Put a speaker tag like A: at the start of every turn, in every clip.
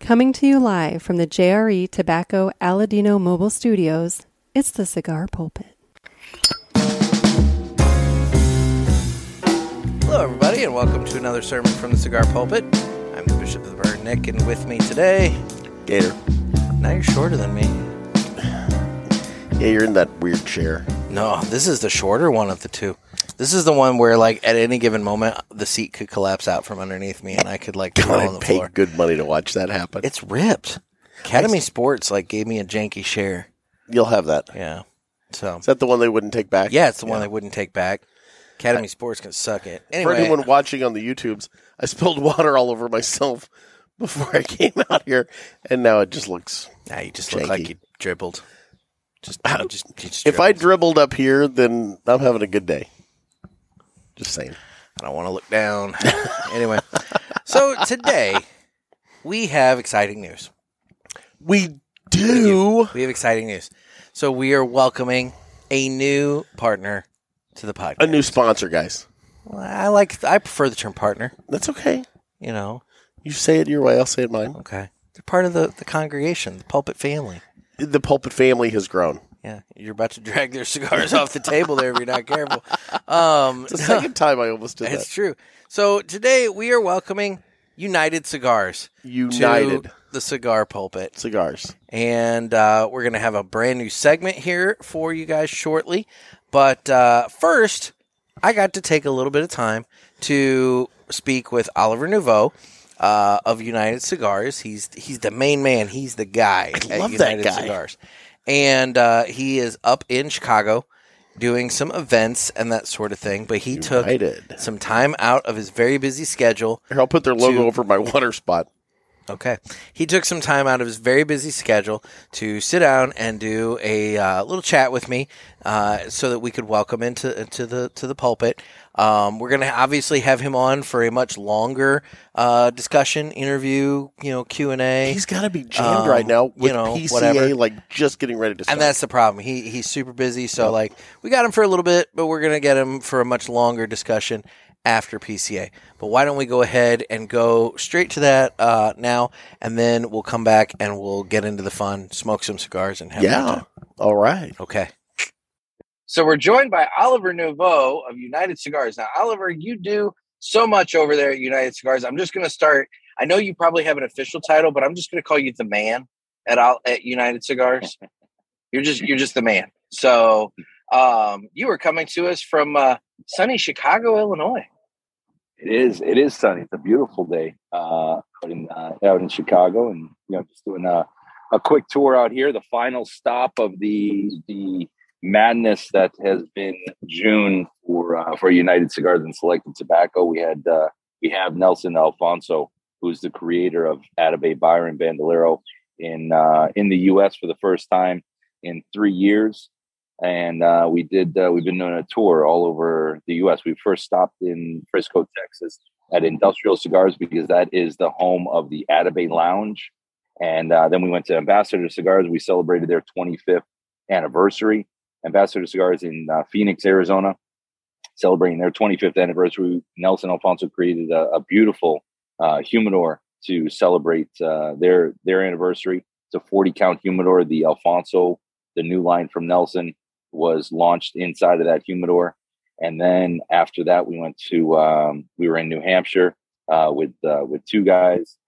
A: Coming to you live from the JRE Tobacco Aladino Mobile Studios, it's the Cigar Pulpit.
B: Hello, everybody, and welcome to another sermon from the Cigar Pulpit. I'm the Bishop of the Bird, Nick, and with me today,
C: Gator.
B: now you're shorter than me.
C: Yeah, you're in that weird chair.
B: No, this is the shorter one of the two. This is the one where, like, at any given moment, the seat could collapse out from underneath me, and I could like roll on
C: I'd
B: the
C: pay
B: floor.
C: good money to watch that happen.
B: It's ripped. Academy Sports like gave me a janky share.
C: You'll have that.
B: Yeah, so
C: Is that the one they wouldn't take back?
B: yeah, it's the one they wouldn't take back. Academy Sports can suck it.
C: For
B: Anyway,
C: anyone watching on the YouTubes, I spilled water all over myself before I came out here, and now it just looks.
B: nah, you just look like
C: Janky.
B: you dribbled. Just, no, just, you just
C: If I
B: dribbled.
C: dribbled up here, then I'm having a good day. Just saying.
B: I don't want to look down. anyway, so today we have exciting news.
C: We do.
B: We have exciting news. So we are welcoming a new partner to the podcast.
C: A new sponsor, guys.
B: Well, I like. I prefer the term partner.
C: That's okay.
B: You know.
C: You say it your way, I'll say it mine.
B: Okay. They're part of the the congregation, the pulpit family.
C: The pulpit family has grown.
B: Yeah, you're about to drag their cigars off the table there if you're not careful. Um,
C: It's the second time I almost did
B: it's
C: that.
B: true. So today we are welcoming United Cigars to
C: United
B: the cigar pulpit.
C: cigars.
B: and uh, we're going to have a brand new segment here for you guys shortly. But uh, first, I got to take a little bit of time to speak with Oliver Nouveau uh, of United Cigars. He's he's the main man. He's the guy
C: I love
B: at
C: that
B: United
C: guy.
B: Cigars, and uh, he is up in Chicago doing some events and that sort of thing. But he took
C: United.
B: some time out of his very busy schedule
C: Here, I'll put their logo
B: To-
C: over my water spot.
B: Okay. He took some time out of his very busy schedule to sit down and do a uh, little chat with me, uh, so that we could welcome into into the to the pulpit. Um, we're going to obviously have him on for a much longer uh, discussion, interview, you know, Q and A.
C: He's got to be jammed
B: Um,
C: right now
B: you
C: with
B: know,
C: PCA,
B: whatever.
C: like just getting ready to start.
B: And that's the problem. He he's super busy, so like we got him for a little bit, but we're gonna get him for a much longer discussion after PCA. But why don't we go ahead and go straight to that uh, now, and then we'll come back and we'll get into the fun, smoke some cigars, and have a good
C: yeah.
B: time.
C: All right.
B: okay. So we're joined by Oliver Nouveau of United Cigars. Now, Oliver, you do so much over there at United Cigars. I'm just going to start. I know you probably have an official title, but I'm just going to call you the man at Ol- at United Cigars. you're just you're just the man. So um, you are coming to us from uh, sunny Chicago, Illinois.
D: It is. It is sunny. It's a beautiful day uh, out in uh, out in Chicago, and you know, just doing a, a quick tour out here. The final stop of the the madness that has been June for uh, for United Cigars and Selected Tobacco. We had uh, we have Nelson Alfonso, who's the creator of Atabey Byron Bandolero in uh, in the U.S. for the first time in three years and uh, we did uh, we've been doing a tour all over the us we first stopped in frisco texas at industrial cigars because that is the home of the atabay lounge and uh, then we went to ambassador cigars we celebrated their 25th anniversary ambassador cigars in uh, phoenix arizona celebrating their 25th anniversary nelson alfonso created a, a beautiful uh, humidor to celebrate uh, their their anniversary it's a 40 count humidor the alfonso the new line from nelson was launched inside of that humidor. And then after that, we went to um, we were in New Hampshire uh, with uh, with two guys,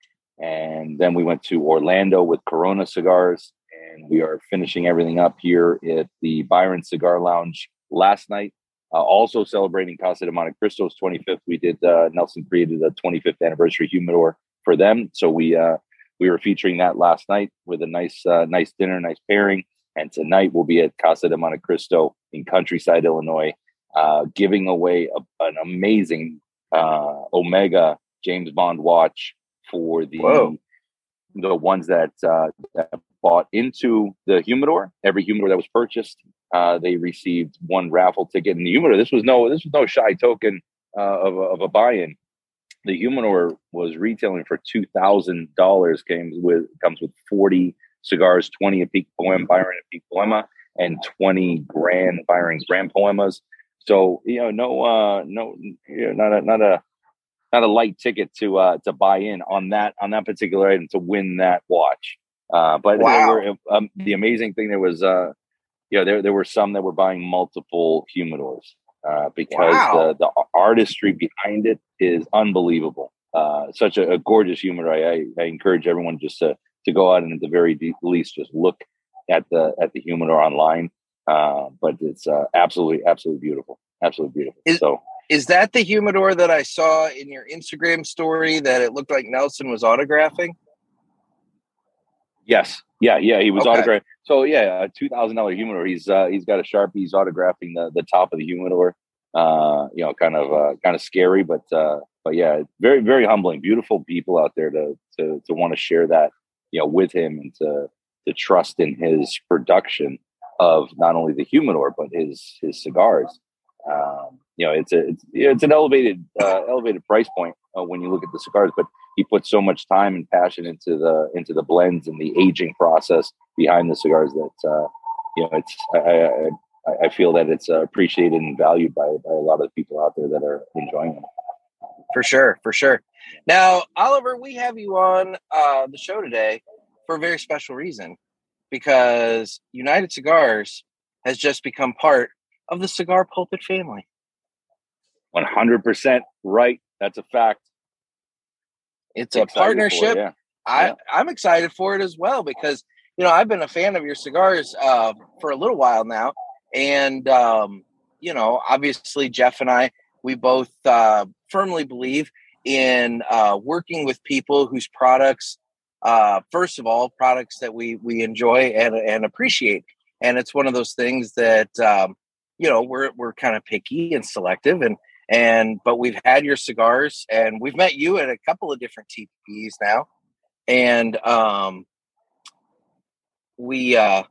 D: and then we went to Orlando with Corona Cigars, and we are finishing everything up here at the Byron Cigar Lounge last night. Uh, also celebrating Casa de Monte Cristo's 25th, we did uh, Nelson created a 25th anniversary humidor for them, so we uh, we were featuring that last night with a nice uh, nice dinner, nice pairing. And tonight we'll be at Casa de Monte Cristo in Countryside, Illinois, uh, giving away a, an amazing uh, Omega James Bond watch for the
B: Whoa.
D: the ones that, uh, that bought into the humidor. Every humidor that was purchased, uh, they received one raffle ticket in the humidor. This was no this was no shy token uh, of, a, of a buy-in. The humidor was retailing for two thousand dollars. Comes with comes with forty cigars, 20 a peak poem, Byron a peak poema, and 20 grand Byron grand poemas. So, you know, no, uh, no, you know, not a, not a, not a light ticket to uh, to buy in on that on that particular item to win that watch. Uh, but
B: Wow.
D: there were, um, the amazing thing there was, uh, you know, there there were some that were buying multiple humidors uh, because
B: Wow.
D: the, the artistry behind it is unbelievable. Uh, such a, a gorgeous humidor. I, I, I encourage everyone just to to go out and at the very de- least just look at the at the humidor online. Uh, but it's uh, absolutely absolutely beautiful, absolutely beautiful.
B: Is-
D: so
B: Is that the humidor that I saw in your Instagram story that it looked like Nelson was autographing?
D: Yes. Yeah. Yeah. He was
B: Okay.
D: autograph. So yeah, a two thousand dollar humidor. He's uh, he's got a sharpie. He's autographing the, the top of the humidor. Uh, you know, kind of uh, kind of scary, but uh, but yeah, very very humbling. Beautiful people out there to to to want to share that you know with him and to to trust in his production of not only the humidor but his his cigars. Um, you know, it's a it's, yeah, it's an elevated uh, elevated price point uh, when you look at the cigars, but he put so much time and passion into the into the blends and the aging process behind the cigars that uh, you know it's I, I, I- I feel that it's uh, appreciated and valued by, by a lot of people out there that are enjoying them.
B: For sure, for sure. Now, Oliver, we have you on uh, the show today for a very special reason because United Cigars has just become part of the cigar pulpit family.
D: One hundred percent right. That's a fact.
B: It's a
D: Excited for it,
B: partnership.
D: yeah.
B: I,
D: yeah.
B: I'm excited for it as well because you know I've been a fan of your cigars uh, for a little while now, and um, you know obviously Jeff and I we both uh, firmly believe in uh, working with people whose products, uh, first of all, products that we we enjoy and and appreciate, and it's one of those things that um, you know we're we're kind of picky and selective and. And but we've had your cigars, and we've met you at a couple of different TPs now, and um, we uh,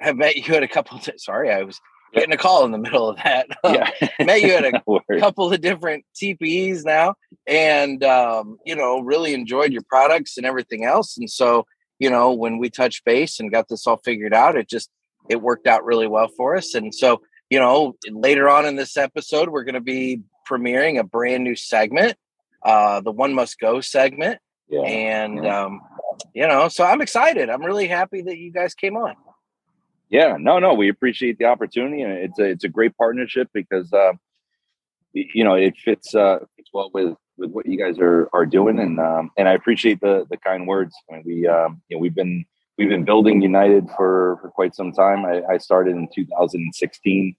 B: have met you at a couple. T- Sorry, I was getting a call in the middle of that.
D: yeah.
B: met you at a
D: No worries.
B: couple of different TPEs now, and um, you know, really enjoyed your products and everything else. And so, you know, when we touched base and got this all figured out, it just it worked out really well for us. And so, you know, later on in this episode, we're going to be premiering a brand new segment, uh, the One Must Go segment
D: Yeah.
B: and
D: yeah.
B: um, you know, so I'm excited. I'm really happy that you guys came on.
D: yeah no no we appreciate the opportunity and it's a it's a great partnership because uh y- you know it fits uh fits well with with what you guys are are doing and um and i appreciate the the kind words i mean we um you know we've been we've been building united for for quite some time i, I started in 2016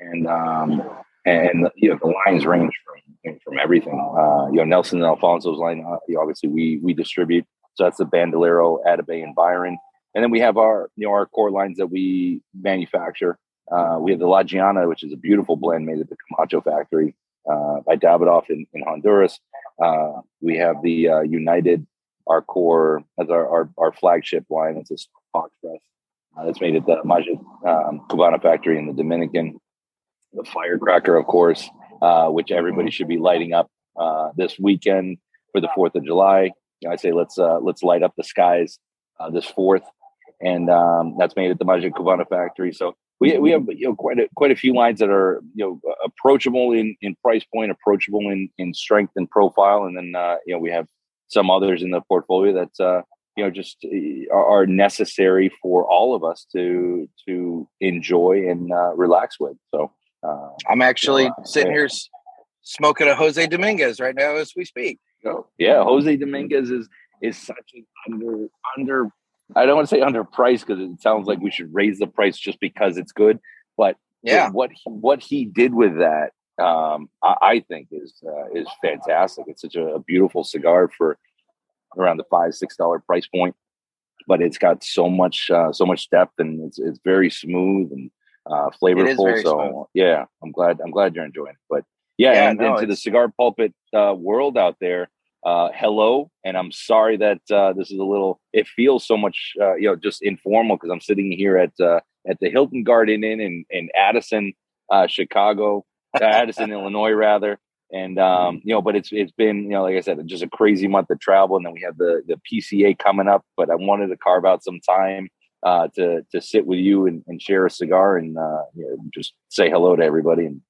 D: and um and you know the lines range from from everything uh you know nelson and alfonso's line uh, you know, obviously we we distribute so that's the bandolero atabay and byron and then we have our you know our core lines that we manufacture. Uh, we have the La Giana, which is a beautiful blend made at the Camacho factory uh, by Davidoff in, in Honduras. Uh, we have the uh, United, our core as our, our our flagship line. It's a box press uh, that's made at the Majid um, Cubana factory in the Dominican. The Firecracker, of course, uh, which everybody should be lighting up uh, this weekend for the Fourth of July. You know, I say let's uh, let's light up the skies uh, this Fourth and um, that's made at the Majid Cubana factory. So we we have you know quite a, quite a few lines that are you know approachable in, in price point, approachable in, in strength and profile, and then uh, you know we have some others in the portfolio that uh, you know just uh, are are necessary for all of us to to enjoy and uh, relax with. So uh,
B: I'm actually
D: Yeah.
B: sitting here s- smoking a Jose Dominguez right now as we speak.
D: So, yeah, Jose Dominguez is is such an under under. I don't want to say underpriced because it sounds like we should raise the price just because it's good. But
B: Yeah,
D: what he, what he did with that, um, I, I think is uh, is fantastic. It's such a, a beautiful cigar for around the five six dollar price point, but it's got so much uh, so much depth and it's it's very smooth and uh, flavorful.
B: very
D: so
B: smooth.
D: yeah, I'm glad I'm glad you're enjoying it. But yeah,
B: Yeah,
D: and,
B: no,
D: and to the
B: it's-
D: cigar pulpit uh, world out there. Uh, hello, and I'm sorry that uh, this is a little. It feels so much, uh, you know, just informal because I'm sitting here at uh, at the Hilton Garden Inn in, in Addison, uh, Chicago, uh, Addison, Illinois, rather. And um,
B: Mm-hmm.
D: you know, but it's it's been you know, like I said, just a crazy month of travel, and then we have the the PCA coming up. But I wanted to carve out some time uh, to to sit with you and, and share a cigar and uh, you know, just say hello to everybody and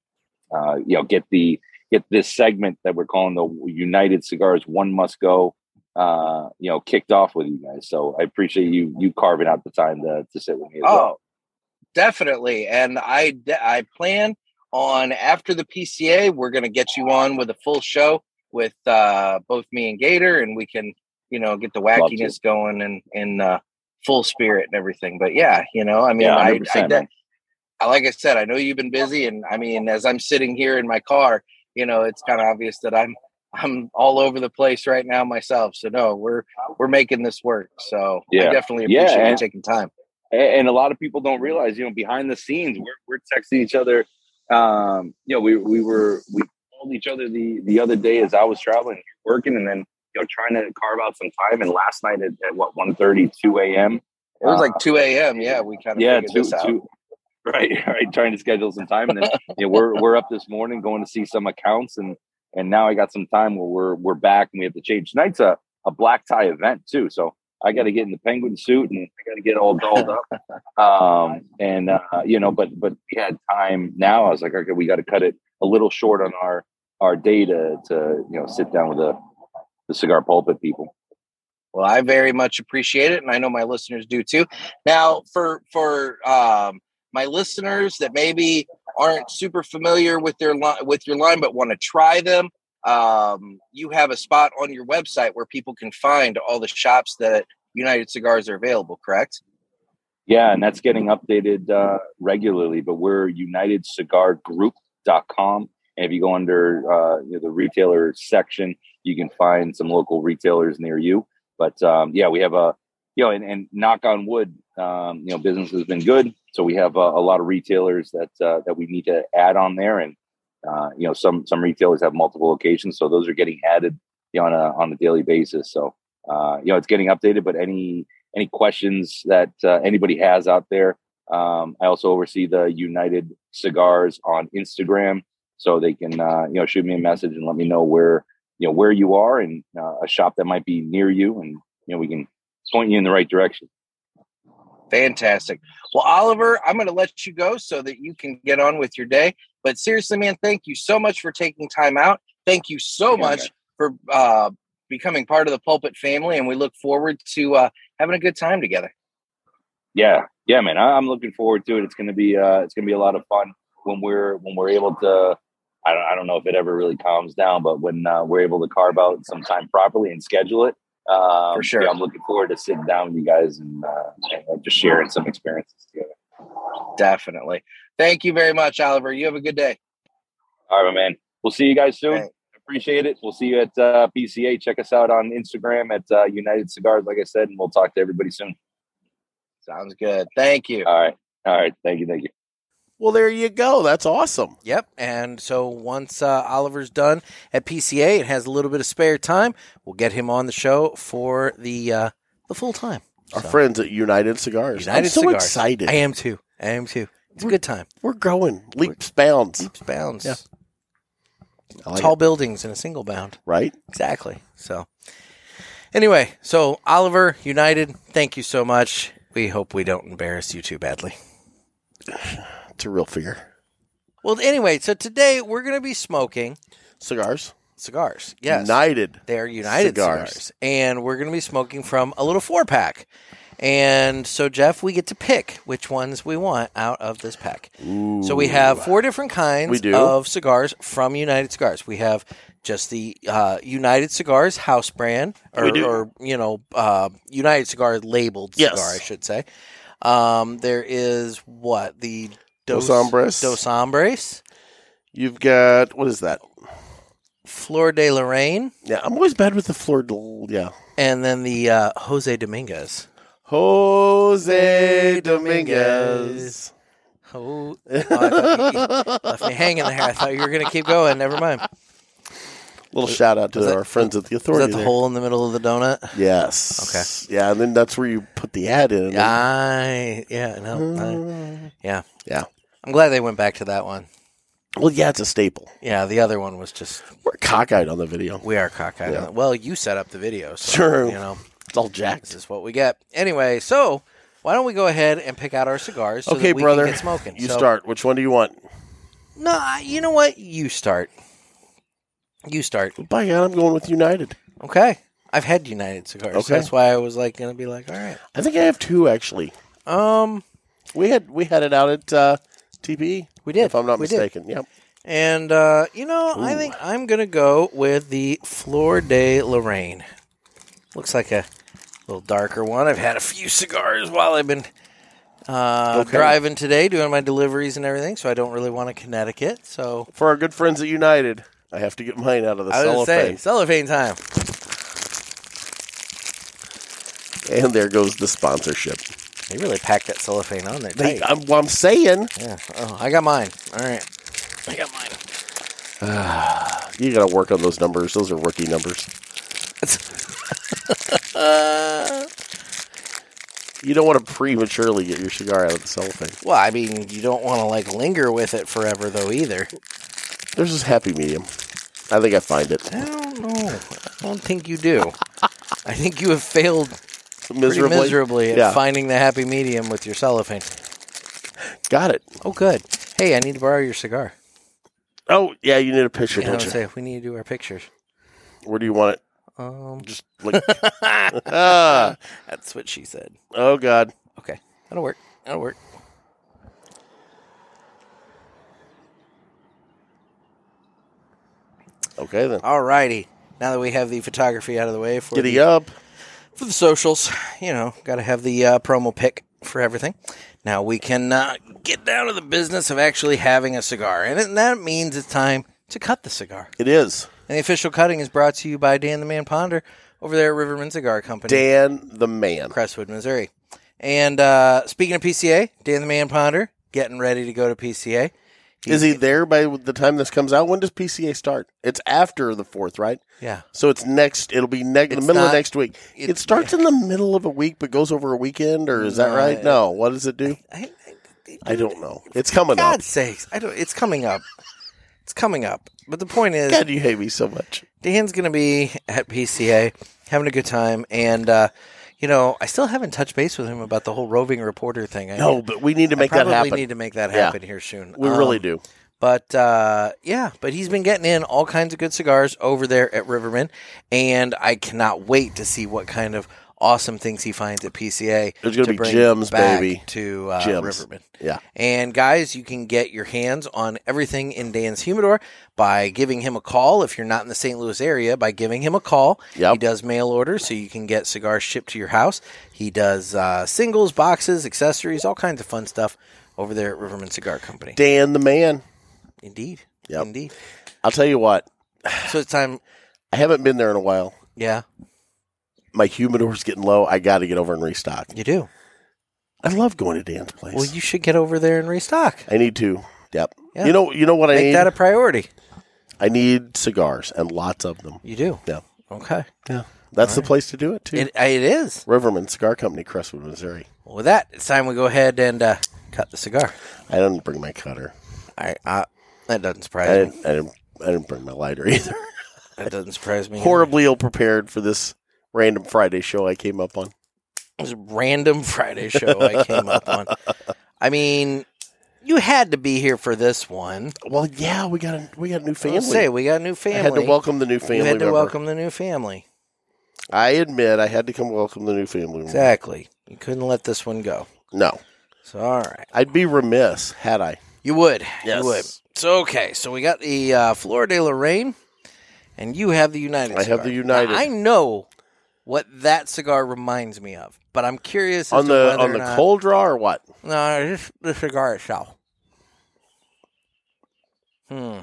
D: uh, you know get the get this segment that we're calling the United Cigars One Must Go, uh, you know, kicked off with you guys. So I appreciate you you carving out the time to, to sit with me. As
B: Oh,
D: well.
B: definitely. And I de- I plan on after the PCA, we're going to get you on with a full show with uh, both me and Gator, and we can you know get the
D: Love to.
B: wackiness going and in uh, full spirit and everything. But yeah, you know, I mean,
D: yeah,
B: I,
D: 100%,
B: I, de-
D: man.
B: I- like I said, I know you've been busy, and I mean, as I'm sitting here in my car, you know, it's kind of obvious that I'm I'm all over the place right now myself. So no, we're we're making this work. So I
D: Yeah.
B: definitely
D: Yeah,
B: appreciate you
D: and-
B: taking time.
D: and, and a lot of people don't realize you know behind the scenes we're, we're texting each other um you know we we were we called each other the the other day as i was traveling working and then you know trying to carve out some time and last night at, at what 1 2 a.m
B: It was like 2 a.m. Yeah, we kind of
D: Uh, yeah
B: figured
D: two,
B: this out.
D: two, right right trying to schedule some time and then yeah we're we're up this morning going to see some accounts and and now i got some time where we're we're back and we have to change tonight's a, a black tie event too so i got to get in the penguin suit and i got to get all dolled up um and uh you know but but we had time now i was like okay we got to cut it a little short on our our day to to you know sit down with the the cigar pulpit people
B: Well, I very much appreciate it, and I know my listeners do too. Now, for for um, my listeners that maybe aren't super familiar with their line, with your line, but want to try them, um, you have a spot on your website where people can find all the shops that United Cigars are available. Correct?
D: Yeah, and that's getting updated uh, regularly, but we're unitedcigargroup.com. And if you go under uh, you know, the retailer section, you can find some local retailers near you. But um, yeah, we have a, you know, and, and knock on wood, um, you know, business has been good. So we have a, a lot of retailers that uh, that we need to add on there. And, uh, you know, some some retailers have multiple locations. So those are getting added you know, on, a, on a daily basis. So, uh, you know, it's getting updated, but any any questions that uh, anybody has out there. Um, I also oversee the United Cigars on Instagram, so they can uh, you know shoot me a message and let me know where you know where you are and uh, a shop that might be near you, and you know we can point you in the right direction.
B: Fantastic. Well, Oliver, I'm going to let you go so that you can get on with your day. But seriously, man, thank you so much for taking time out. Thank you so
D: Yeah,
B: much for uh, becoming part of the pulpit family, and we look forward to uh, having a good time together.
D: Yeah, yeah, man, I- I'm looking forward to it. It's gonna be uh, it's gonna be a lot of fun when we're when we're able to. I don't, I don't know if it ever really calms down, but when uh, we're able to carve out some time properly and schedule it, um,
B: For sure.
D: yeah, I'm looking forward to sitting down with you guys and, uh, and uh, just sharing some experiences together.
B: Definitely. Thank you very much, Oliver. You have a good day.
D: All right, my man. We'll see you guys soon.
B: Thanks.
D: Appreciate it. We'll see you at uh, PCA. Check us out on Instagram at uh, United Cigars, like I said, and we'll talk to everybody soon.
B: Sounds good. Thank you.
D: All right. All right. Thank you. Thank you.
C: Well, there you go. That's awesome.
E: Yep. And so once uh, Oliver's done at PCA and has a little bit of spare time, we'll get him on the show for the uh, the full time.
C: Our
E: So,
C: friends at United Cigars. I'm
E: United
C: so
E: Cigars.
C: excited.
E: I am too. I am too. It's a good time.
C: We're growing. Leaps, bounds.
E: Leaps bounds.
C: Yeah. I like
E: Tall
C: it.
E: buildings in a single bound.
C: right?
E: Exactly. So anyway, so Oliver United, thank you so much. We hope we don't embarrass you too badly.
C: It's a real figure.
E: Well, anyway, so today we're going to be smoking
C: Cigars.
E: cigars. Yes.
C: United.
E: They're United
C: Cigars.
E: cigars. And we're going to be smoking from a little four pack. And so, Jeff, we get to pick which ones we want out of this pack. So, we have four different kinds
C: We do.
E: of cigars from United Cigars. We have just the uh, United Cigars house brand, or,
C: We do.
E: or you know, uh, United Cigar labeled
C: Yes.
E: cigar, I should say. Um, there is what? The
C: Dos Hombres.
E: Dos Hombres,
C: You've got, what is that?
E: Flor de Lorraine,
C: Yeah, I'm always bad with the Fleur. de- Yeah.
E: and then the uh, Jose Dominguez.
C: Jose Dominguez.
E: Oh, oh, I thought you- you left me hanging there. I thought you were going to keep going. Never mind.
C: Little shout out to
E: was that-
C: our friends at the
E: Is
C: authority.
E: that the
C: there.
E: hole in the middle of the donut?
C: Yes. Okay. Yeah, and then that's where you put the ad in. Uh,
E: I, yeah,
C: Mm-hmm.
E: no. I- yeah.
C: Yeah.
E: I'm glad they went back to that one.
C: Well, yeah, it's a staple.
E: Yeah, the other one was just,
C: We're cockeyed on the video.
E: we are cockeyed.
C: Yeah.
E: Well, you set up the video. So,
C: True.
E: You know,
C: It's all
E: this
C: jacked.
E: is what we get. Anyway, so why don't we go ahead and pick out our cigars so
C: okay,
E: that we
C: brother.
E: can get smoking.
C: You
E: So-
C: start. Which one do you want?
E: No, I- you know what? You start. You start.
C: By God, I'm going with United.
E: Okay. I've had United cigars.
C: Okay.
E: So that's why I was like gonna be like, all right.
C: I think I have two actually.
E: Um
C: We had we had it out at uh, TPE.
E: We did.
C: if I'm not
E: We did.
C: mistaken. Yep.
E: and uh, you know, I think I'm gonna go with the Flor de Lorraine. Looks like a little darker one. I've had a few cigars while I've been uh,
C: Okay.
E: driving today, doing my deliveries and everything, so I don't really want a Connecticut. So
C: For our good friends at United, I have to get mine out of the
E: I was gonna say
C: cellophane.
E: cellophane time.
C: And there goes the sponsorship.
E: They really packed that cellophane on there.
C: They,
E: tight.
C: I'm, well, I'm saying
E: yeah. Oh, I got mine. All right. I got mine.
C: you got to work on those numbers. Those are rookie numbers. You don't want to prematurely get your cigar out of the cellophane.
E: Well, I mean, you don't want to like linger with it forever though either.
C: There's this happy medium. I think I find it.
E: I don't know. I don't think you do. I think you have failed pretty
C: Miserably.
E: miserably at
C: yeah.
E: finding the happy medium with your cellophane.
C: Got it.
E: Oh, good. Hey, I need to borrow your cigar.
C: Oh, yeah, you need a picture,
E: You know what
C: don't you?
E: I'm saying? We need to do our pictures.
C: Where do you want it?
E: Um,
C: Just like. ah,
E: that's what she said.
C: oh, God.
E: Okay, that'll work. That'll work.
C: Okay, then.
E: All righty. Now that we have the photography out of the way for the,
C: Giddy up.
E: for the socials, you know, got to have the uh, promo pick for everything. Now we can uh, get down to the business of actually having a cigar, and it- that means it's time to cut the cigar.
C: It is.
E: And the official cutting is brought to you by Dan the Man Ponder over there at Riverman Cigar Company,
C: Dan the man.
E: Crestwood, Missouri. And uh, speaking of PCA, Dan the Man Ponder getting ready to go to PCA.
C: Is he there by the time this comes out? When does PCA start? It's after the 4th, right?
E: Yeah.
C: So it's next. It'll be next the
E: It's
C: middle of
E: not-
C: next week. It,
E: it-
C: starts in the middle of a week, but goes over a weekend, or is that
E: No,
C: right?
E: it-
C: No. What does it do?
E: I, I,
C: I don't know. It's coming
E: God's
C: up.
E: sakes! I don't. It's coming up. It's coming up. But the point is,
C: God, you hate me so much.
E: Dan's going to be at PCA having a good time. And, uh, you know, I still haven't touched base with him about the whole roving reporter thing. I,
C: No, but we need to
E: I
C: make that
E: probably
C: happen.
E: need to make that
C: Yeah.
E: happen here soon.
C: we
E: Um,
C: really do.
E: But, uh, yeah, but he's been getting in all kinds of good cigars over there at Riverman. And I cannot wait to see what kind of awesome things he finds at PCA.
C: There's gonna
E: to
C: be
E: bring
C: gems,
E: back
C: baby.
E: To uh,
C: Gems.
E: Riverman.
C: Yeah.
E: And guys, you can get your hands on everything in Dan's Humidor by giving him a call. If you're not in the St. Louis area, by giving him a call.
C: Yep.
E: He does mail order, so you can get cigars shipped to your house. He does uh, singles, boxes, accessories, all kinds of fun stuff over there at Riverman Cigar Company.
C: Dan the man.
E: Indeed.
C: Yep.
E: Indeed.
C: I'll tell you what.
E: So it's time.
C: I haven't been there in a while.
E: Yeah,
C: My humidor's getting low. I got to get over and restock.
E: you do.
C: I love going to Dan's place.
E: Well, you should get over there and restock.
C: I need to. Yep.
E: Yeah.
C: You know. You know what I
E: Make
C: need.
E: that a priority.
C: I need cigars and lots of them.
E: You do.
C: Yeah.
E: Okay.
C: Yeah. That's the place to do it too.
E: It, it is.
C: Riverman Cigar Company, Crestwood, Missouri.
E: Well, with that, it's time we go ahead and uh, cut the cigar.
C: I didn't bring my cutter.
E: I, I that
C: I
E: doesn't surprise me.
C: didn't. I didn't. I didn't bring my lighter either.
E: That doesn't surprise me.
C: Horribly ill prepared for this random Friday show I came up on.
E: This random Friday show I came up on. I mean, you had to be here for this one.
C: Well, yeah, we got a we got a new family.
E: Let's say we got a new
C: I
E: family.
C: had to welcome the new
E: You
C: family.
E: had to
C: member.
E: welcome the new family.
C: I admit, I had to come welcome the new family. member.
E: Exactly. You couldn't let this one go.
C: No,
E: So all right,
C: I'd be remiss had I.
E: you would.
C: Yes.
E: You would. So okay, so we got the uh, Flor de Lorraine, and you have the United.
C: I have
E: cigar.
C: the United.
E: Now, I know what that cigar reminds me of, but I'm curious as
C: on
E: to
C: the
E: whether
C: on
E: or
C: the
E: not-
C: cold draw or what?
E: No, just the cigar itself. Hmm.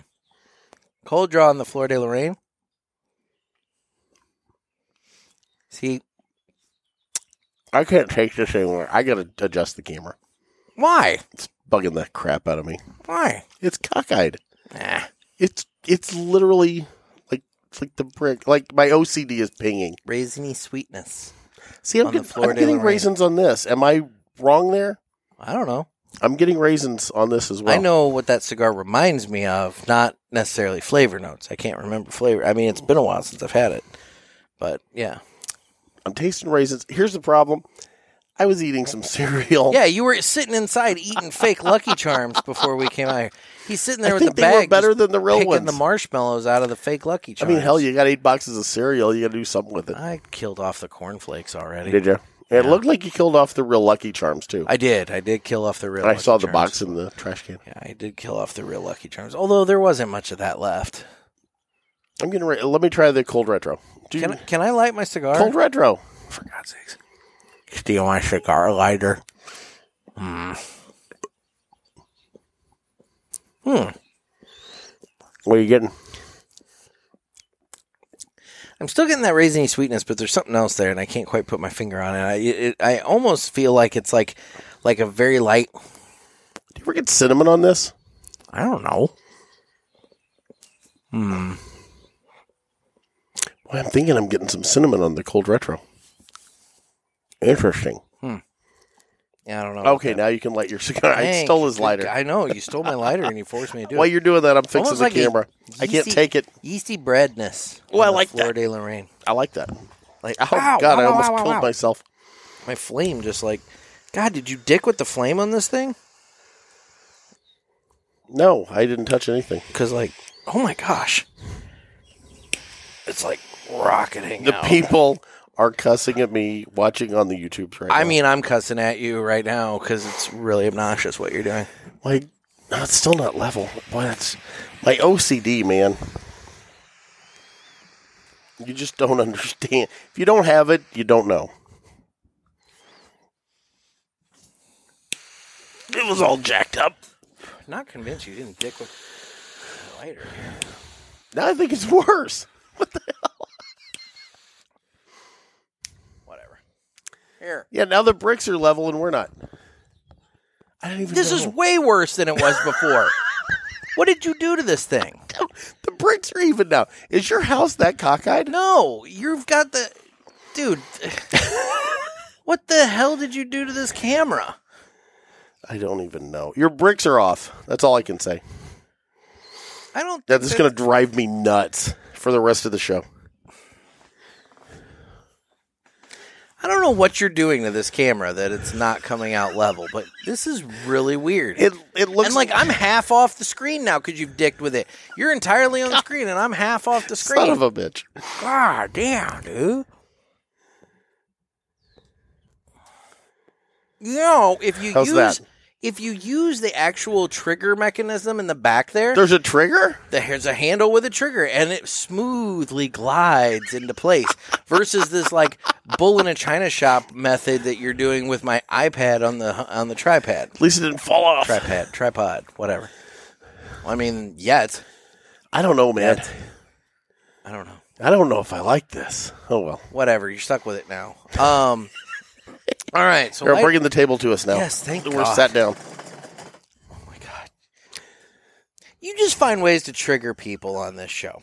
E: Cold draw on the Flor de Lorraine. See
C: I can't take this anymore. I gotta adjust the camera.
E: why?
C: It's bugging the crap out of me.
E: Why?
C: It's cockeyed.
E: Ah,
C: It's it's literally like it's like the brick. Like my OCD is pinging.
E: raisiny sweetness.
C: See, I'm
E: On the
C: getting,
E: Flor
C: I'm
E: de
C: getting
E: Lorraine.
C: raisins on this. Am I wrong there?
E: I don't know.
C: I'm getting raisins on this as well.
E: I know what that cigar reminds me of, not necessarily flavor notes. I can't remember flavor. I mean, it's been a while since I've had it, but yeah,
C: I'm tasting raisins. Here's the problem. I was eating some cereal.
E: Yeah, you were sitting inside eating fake Lucky Charms before we came out here. He's sitting there
C: I
E: with
C: think
E: the
C: they
E: bag,
C: were better
E: just
C: than the real
E: picking
C: ones.
E: the marshmallows out of the fake Lucky
C: I
E: Charms.
C: mean, hell, you got eight boxes of cereal. You got to do something with it.
E: I killed off the cornflakes already.
C: Did you? It looked like you killed off the real Lucky Charms too.
E: I did. I did kill off the real.
C: I
E: Lucky
C: saw the
E: Charms.
C: box in the trash can.
E: Yeah, I did kill off the real Lucky Charms. Although there wasn't much of that left.
C: I'm gonna re- let me try the cold retro. Do
E: Can
C: you,
E: I, can I light my cigar?
C: cold retro?
E: For God's sakes. Steal my cigar lighter. Hmm.
C: What are you getting?
E: I'm still getting that raisiny sweetness, but there's something else there, and I can't quite put my finger on it. I it, I almost feel like it's like like a very light.
C: Do you ever get cinnamon on this?
E: I don't know. Hmm.
C: Well, I'm thinking I'm getting some cinnamon on the cold retro. Interesting.
E: Yeah, I don't know. about
C: Okay,
E: that.
C: now you can light your cigar. I
E: Dang,
C: stole his
E: good
C: lighter.
E: g- I know you stole my lighter, and you forced me to do
C: While
E: it.
C: you're doing that, I'm fixing
E: Almost
C: the
E: like a
C: camera. I can't
E: yeasty-
C: take it.
E: Yeasty breadness.
C: Oh, I
E: on the
C: like that.
E: Fleur de Lorraine.
C: I like that.
E: Like,
C: Oh
E: wow,
C: God,
E: wow,
C: I
E: wow,
C: almost
E: wow,
C: killed
E: wow.
C: myself.
E: My flame just like, God, did you dick with the flame on this thing?
C: No, I didn't touch anything.
E: Because like, oh my gosh, it's like rocketing.
C: The
E: out.
C: people are cussing at me watching on the YouTubes right now.
E: I mean, I'm cussing at you right now because it's really obnoxious what you're doing.
C: like, no, it's still not level. Boy, that's my OCD, man. You just don't understand. If you don't have it, you don't know. It was all jacked up.
E: I'm not convinced you didn't dick with the lighter. here.
C: Now I think it's worse.
E: Whatever. Here.
C: Yeah, now the bricks are level and we're not. I don't even
E: This
C: know.
E: is way worse than it was before. what did you do to this thing?
C: the bricks are even now. Is your house that cockeyed?
E: No, you've got the dude. what the hell did you do to this camera?
C: I don't even know. Your bricks are off. That's all I can say.
E: I don't.
C: That's just going to drive me nuts for the rest of the show.
E: I don't know what you're doing to this camera that it's not coming out level, but this is really weird.
C: It it looks
E: and like I'm half off the screen now because you've dicked with it. You're entirely on the screen, and I'm half off the screen.
C: son of a bitch.
E: God damn, dude. You know, if you
C: How's
E: use
C: that?
E: if you use the actual trigger mechanism in the back there,
C: There's a trigger.
E: there's a handle with a trigger and it smoothly glides into place versus this like bull in a china shop method that you're doing with my iPad on the on the tripod.
C: At least it didn't fall off.
E: Tripod, tripod, whatever. I mean, yet.
C: I don't know, man.
E: I don't know.
C: I don't know if I like this. Oh well.
E: Whatever, you're stuck with it now. Um All right, so
C: Here, I'm
E: light-
C: bringing the table to us now.
E: Yes, thank
C: We're
E: God.
C: sat down.
E: Oh my god. You just find ways to trigger people on this show.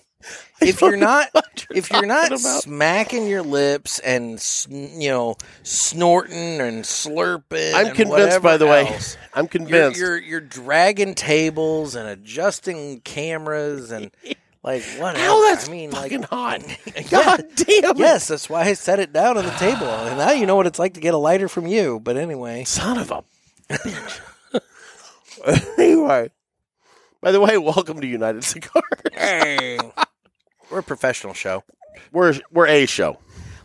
C: I
E: If
C: don't
E: you're
C: know
E: not
C: what you're
E: if you're not
C: talking about.
E: smacking your lips and sn- you know snorting and slurping,
C: I'm
E: and
C: convinced by
E: whatever
C: the way.
E: else,
C: I'm
E: you're,
C: convinced.
E: you're you're dragging tables and adjusting cameras and like what?
C: How
E: else?
C: that's
E: I mean,
C: fucking
E: like,
C: hot.
E: Yeah.
C: God damn it.
E: Yes, that's why I set it down on the table, and now you know what it's like to get a lighter from you. But anyway,
C: Son of a bitch. anyway. By the way, welcome to United Cigar.
E: we're a professional show.
C: we're we're a show.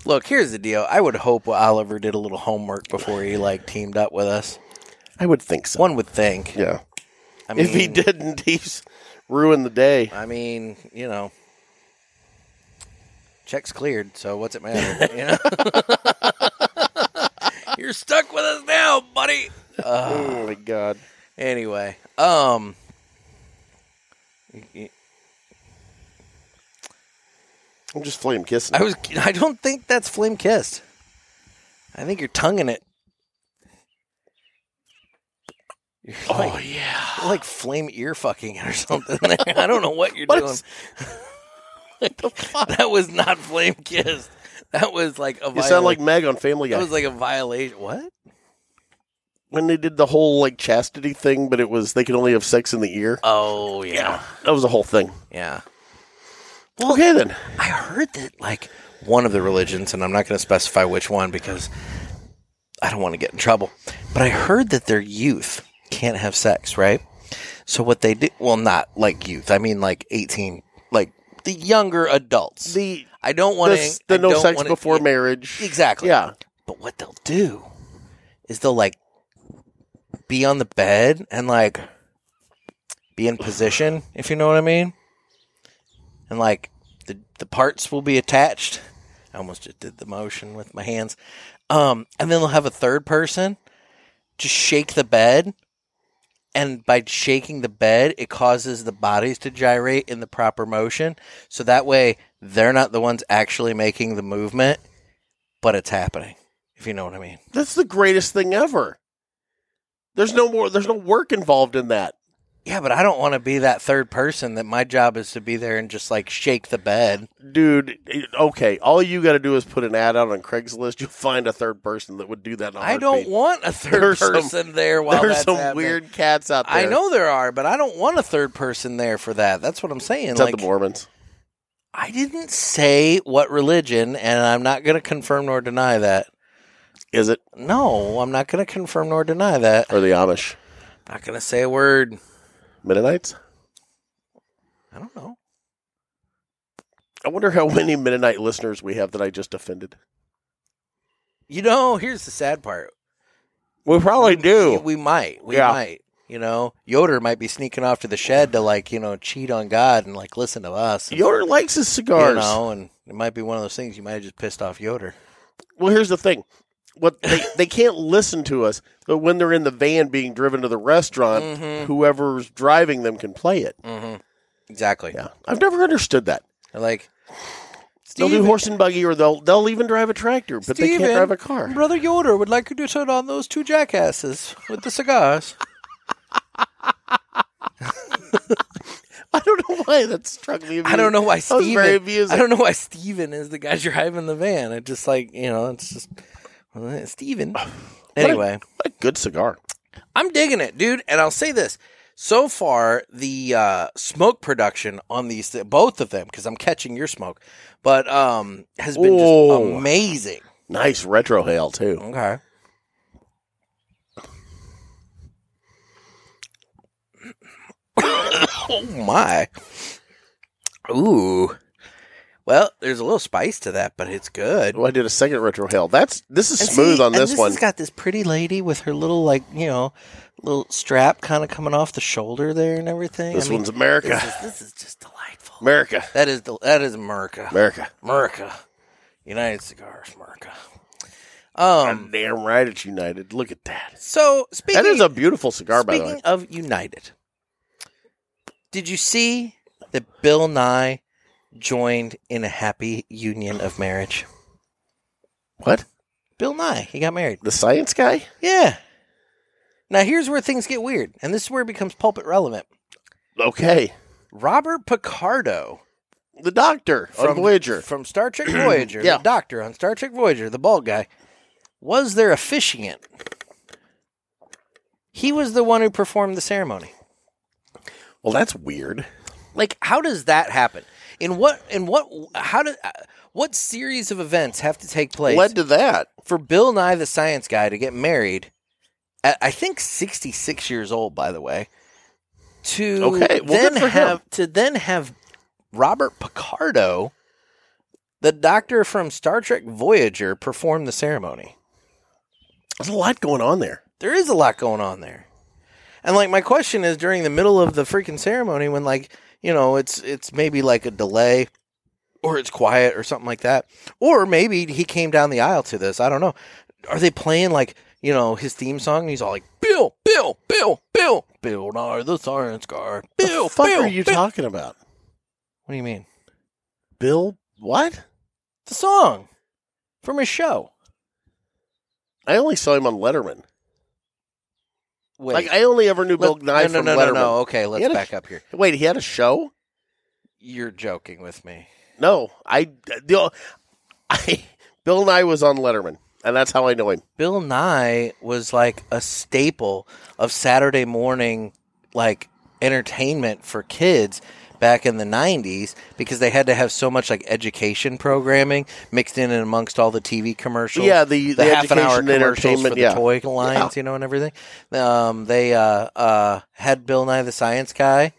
E: Look, here's the deal. I would hope Oliver did a little homework before he like teamed up with us.
C: I would think so.
E: One would think.
C: yeah.
E: I mean,
C: If he didn't, he's ruined the day.
E: I mean, you know, check's cleared, so what's it matter? You know? You're stuck with us now, buddy. Uh,
C: oh my god.
E: Anyway, um,
C: I'm just flame kissing.
E: I was. I don't think that's flame kissed. I think you're tonguing it. You're like,
C: oh yeah.
E: you're like flame ear fucking it or something. I don't know what you're
C: What
E: doing.
C: is-
E: That was not flame kissed. That was like a.
C: You sound like
E: viola-
C: Meg on Family
E: that
C: Guy
E: was like a violation. What?
C: when they did the whole like chastity thing, but it was they could only have sex in the ear.
E: Oh yeah,
C: That was the whole thing.
E: yeah.
C: okay then.
E: I heard that like one of the religions, and I'm not going to specify which one because I don't want to get in trouble, but I heard that their youth can't have sex, right? So what they do, well, not like youth. I mean, like eighteen, like the younger adults.
C: The
E: I don't want
C: the,
E: to.
C: the no sex before marriage.
E: Exactly.
C: Yeah.
E: But what they'll do is they'll like be on the bed and like be in position, if you know what I mean. And like the the parts will be attached. I almost just did the motion with my hands. Um, and then they'll have a third person just shake the bed. And by shaking the bed, it causes the bodies to gyrate in the proper motion. So that way, they're not the ones actually making the movement, but it's happening, if you know what I mean.
C: That's the greatest thing ever. There's no more. There's no work involved in that.
E: Yeah, but I don't want to be that third person that my job is to be there and just like shake the bed.
C: dude. Okay, all you got to do is put an ad out on Craigslist. You'll find a third person that would do that. In a
E: I don't
C: heartbeat.
E: want a third
C: There's some-
E: person there while
C: There's
E: that's
C: some
E: happening.
C: weird cats out there.
E: I know there are, but I don't want a third person there for that. That's what I'm saying.
C: It's
E: Like,
C: the Mormons.
E: I didn't say what religion, and I'm not going to confirm nor deny that.
C: Is it
E: No, I'm not going to confirm nor deny that.
C: or the Amish
E: not going to say a word.
C: Mennonites?
E: I don't know.
C: I wonder how many Mennonite listeners we have that I just offended.
E: You know, here's the sad part.
C: We probably
E: We, we might. We
C: Oh, Yeah.
E: might. You know, Yoder might be sneaking off to the shed to like, you know, cheat on God and like listen to us. and,
C: Yoder likes his cigars.
E: you know, and it might be one of those things you might have just pissed off Yoder.
C: Well, here's the thing. What they, they can't listen to us, but when they're in the van being driven to the restaurant,
E: Mm. Mm-hmm,
C: whoever's driving them can play it.
E: Exactly.
C: Yeah, I've never understood that.
E: They're Like
C: They'll
E: Steven-
C: do horse and buggy, or they'll they'll even drive a tractor, but they
E: Steven,
C: can't drive a car.
E: Brother Yoder would like you to turn on those two jackasses with the cigars.
C: I don't know why that struck me.
E: I don't know why
C: That was very
E: Steven
C: amusing.
E: I don't know why Steven is the guy driving the van. It just like, you know, it's just well, eh, Steven. Anyway.
C: What a good cigar.
E: I'm digging it, dude. And I'll say this: so far, the uh, smoke production on these, both of them, because I'm catching your smoke, but um, has been
C: Ooh.
E: just amazing.
C: Nice retro hail too.
E: Okay. oh my! Ooh. Well, there's a little spice to that, but it's good.
C: Oh, I did a second retro hail. That's this is
E: And
C: smooth
E: see-
C: on
E: and
C: this, one.
E: has got this pretty lady with her little like you know little strap kind of coming off the shoulder there and everything.
C: this
E: I mean,
C: one's America.
E: this is, this is just delightful.
C: America.
E: That is del- that is America,
C: America.
E: America, United Cigars, America. Um.
C: Damn right it's United. Look at that.
E: So speaking
C: That is a beautiful cigar, by the
E: speaking
C: way.
E: of United, did you see that Bill Nye joined in a happy union of marriage?
C: What?
E: Bill Nye, he got married.
C: The science guy?
E: Yeah. Now here's where things get weird, and this is where it becomes pulpit relevant.
C: Okay.
E: Robert Picardo
C: The doctor from on Voyager.
E: from Star Trek Voyager,
C: Yeah.
E: the doctor on Star Trek Voyager, the bald guy, was their officiant. He was the one who performed the ceremony.
C: Well, that's weird.
E: Like, how does that happen? In what? In what? How did? Uh, what series of events have to take place
C: Led to that.
E: for Bill Nye the Science Guy to get married at I think 66 years old by the way to
C: Okay, well,
E: then
C: good for him.
E: have to then have Robert Picardo the doctor from Star Trek Voyager perform the ceremony.
C: There's a lot going on there.
E: There is a lot going on there. And like my question is during the middle of the freaking ceremony when like, you know, it's it's maybe like a delay or it's quiet or something like that. Or maybe he came down the aisle to this. I don't know. Are they playing like, you know, his theme song and he's all like Bill, Bill, Bill, Bill, Bill Nye the science guy. Bill,
C: the fuck
E: Bill,
C: are you
E: Bill."
C: talking about?
E: What do you mean?
C: Bill what?
E: The song from his show.
C: I only saw him on Letterman.
E: Wait.
C: Like I only ever knew Bill
E: let-
C: Nye
E: no, no,
C: from
E: no,
C: Letterman.
E: no, no. Okay, let's
C: had a-
E: back up here.
C: Wait, he had a show?
E: You're joking with me.
C: No, I the I Bill Nye was on Letterman, and that's how I know him.
E: Bill Nye was like a staple of Saturday morning like entertainment for kids back in the 90s because they had to have so much like education programming mixed in and amongst all the TV commercials.
C: Yeah, the- the
E: half an hour
C: education and
E: commercials for
C: entertainment,
E: the
C: yeah.
E: toy lines, you know, and everything. Um, they uh, uh, had Bill Nye the Science Guy,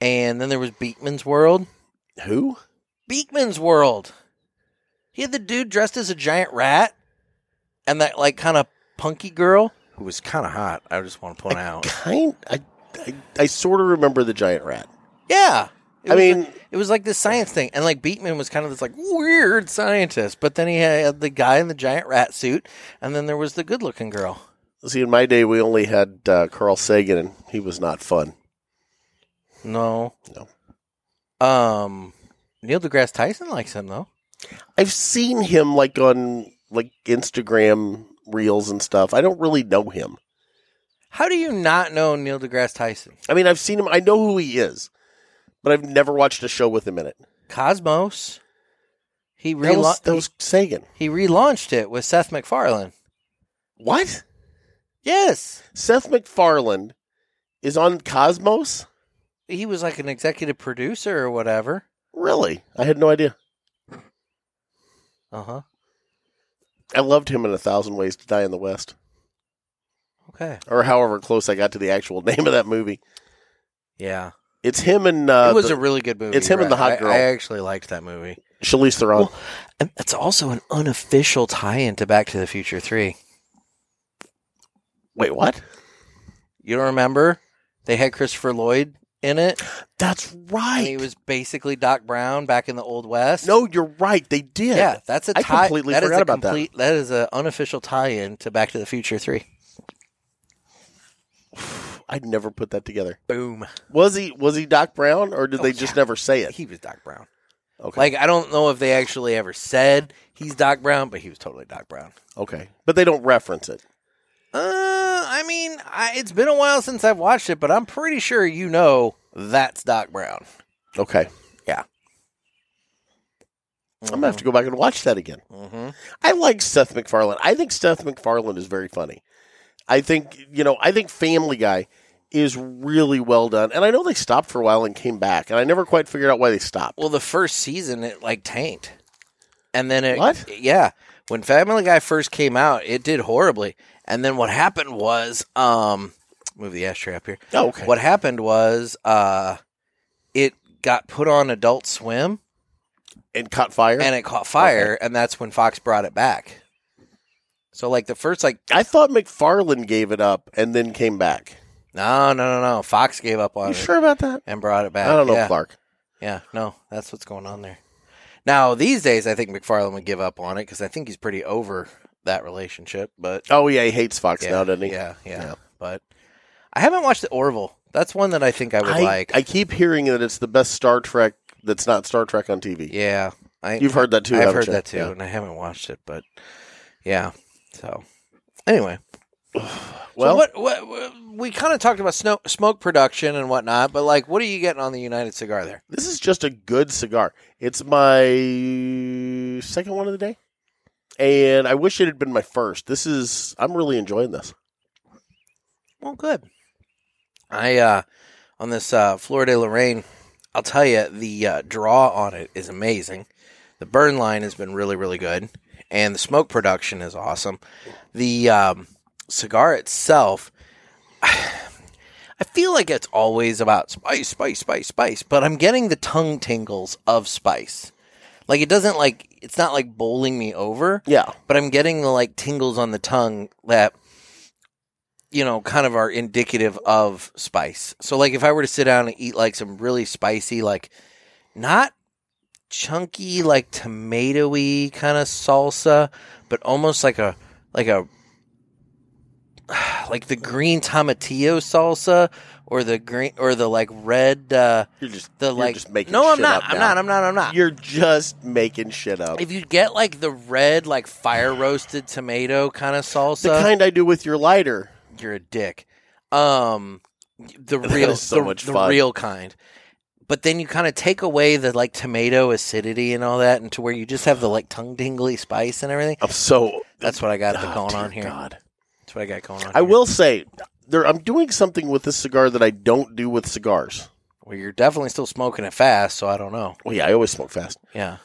E: and then there was Beekman's World.
C: Who?
E: Beekman's World. He had the dude dressed as a giant rat, and that like kind of punky girl who was kind of hot. I just want to point out.
C: Kind. I, I, I sort of remember the giant rat.
E: Yeah. It
C: I
E: was
C: mean-
E: like- it was like this science thing, and like Beatman was kind of this like weird scientist, but then he had the guy in the giant rat suit, and then there was the good-looking girl.
C: See, in my day, we only had uh, Carl Sagan, and he was not fun.
E: No, no. Um, Neil deGrasse Tyson likes him though.
C: I've seen him like on like Instagram reels and stuff. I don't really know him.
E: How do you not know Neil deGrasse Tyson?
C: I mean, I've seen him. I know who he is, but I've never watched a show with him in it.
E: Cosmos. He
C: That was,
E: relaunched.
C: that was Sagan.
E: he relaunched it with Seth MacFarlane.
C: What?
E: Yes,
C: Seth MacFarlane is on Cosmos?
E: he was like an executive producer or whatever.
C: Really? I had no idea.
E: Uh huh.
C: I loved him in A Thousand Ways to Die in the West,
E: Okay.
C: or however close I got to the actual name of that movie.
E: Yeah.
C: It's him and uh,
E: it was
C: the-
E: a really good movie.
C: it's him and the hot
E: I-
C: girl.
E: I, actually liked that movie.
C: Charlize Theron.
E: Well- And that's also an unofficial tie-in to Back to the Future Three.
C: Wait, what?
E: You don't remember? They had Christopher Lloyd in it,
C: That's
E: and
C: right.
E: he was basically Doc Brown back in the Old West.
C: no, you're right. They did.
E: Yeah, that's a
C: I
E: tie.
C: completely
E: that is
C: forgot
E: a
C: about that.
E: complete, that. That is an unofficial tie-in to Back to the Future Three.
C: I'd never put that together.
E: Boom.
C: Was he was he Doc Brown or did they just never say it?
E: Oh, He was Doc Brown.
C: Okay.
E: Like I don't know if they actually ever said he's Doc Brown, but he was totally Doc Brown.
C: okay. But they don't reference it.
E: Uh, I mean, I, it's been a while since I've watched it, but I'm pretty sure you know that's Doc Brown.
C: Okay. I'm gonna have to go back and watch that again.
E: Mm-hmm.
C: I like Seth MacFarlane. I think Seth MacFarlane is very funny. I think you know. I think Family Guy is really well done, and I know they stopped for a while and came back, and I never quite figured out why they stopped.
E: Well, the first season it like tanked, and then it
C: What?
E: yeah. When Family Guy first came out, it did horribly, and then what happened was um, move the ashtray up here.
C: Oh, okay.
E: What happened was uh, it got put on Adult Swim
C: And caught fire.
E: and it caught fire, and that's when Fox brought it back. So like the first like
C: I thought McFarlane gave it up and then came back.
E: no no no no Fox gave up on
C: you
E: it.
C: sure about that?
E: and brought it back.
C: I don't know,
E: yeah.
C: Clark.
E: Yeah, no, that's what's going on there. Now these days, I think McFarlane would give up on it because I think he's pretty over that relationship. But
C: Oh yeah, he hates Fox
E: yeah,
C: now, doesn't he?
E: Yeah, yeah,
C: Yeah.
E: But I haven't watched the Orville. That's one that I think I would
C: I,
E: like.
C: I keep hearing that it's the best Star Trek that's not Star Trek on TV.
E: yeah, I,
C: You've heard that too.
E: I've
C: haven't
E: heard
C: you?
E: that too,
C: Yeah.
E: and I haven't watched it. But yeah, so anyway,
C: Well,
E: so what, what, what- we kind of talked about snow, smoke production and whatnot, but like, what are you getting on the United Cigar there?
C: This is just a good cigar. It's my second one of the day. And I wish it had been my first. This is I'm really enjoying this.
E: Well, good. I uh on this uh Florida Lorraine, I'll tell you the uh, draw on it is amazing. The burn line has been really really good, and the smoke production is awesome. The um, cigar itself, I feel like it's always about spice, spice, spice, spice, but I'm getting the tongue tingles of spice. Like it doesn't like it's not like bowling me over
C: Yeah.
E: but I'm getting the like tingles on the tongue that you know kind of are indicative of spice. So like if I were to sit down and eat like some really spicy like not chunky like tomatoey kind of salsa, but almost like a like a like the green tomatillo salsa or the green or the like red uh
C: You're just
E: the
C: you're
E: like
C: just making
E: no I'm
C: shit
E: not
C: up
E: I'm
C: now.
E: not I'm not I'm not
C: You're just making shit up.
E: if you get like the red, like fire roasted tomato kind of salsa,
C: the kind I do with your lighter.
E: you're a dick. Um, the
C: That
E: real,
C: is so
E: the,
C: much
E: the
C: fun.
E: real kind. But then you kind of take away the like tomato acidity and all that, and to where you just have the like tongue tingly spice and everything.
C: I'm so
E: That's what I got
C: Oh,
E: going
C: dear
E: on here.
C: God.
E: That's what I got going on.
C: I
E: here.
C: will say there I'm doing something with this cigar that I don't do with cigars.
E: Well, you're definitely still smoking it fast, so I don't know.
C: Well, yeah, I always smoke fast.
E: Yeah,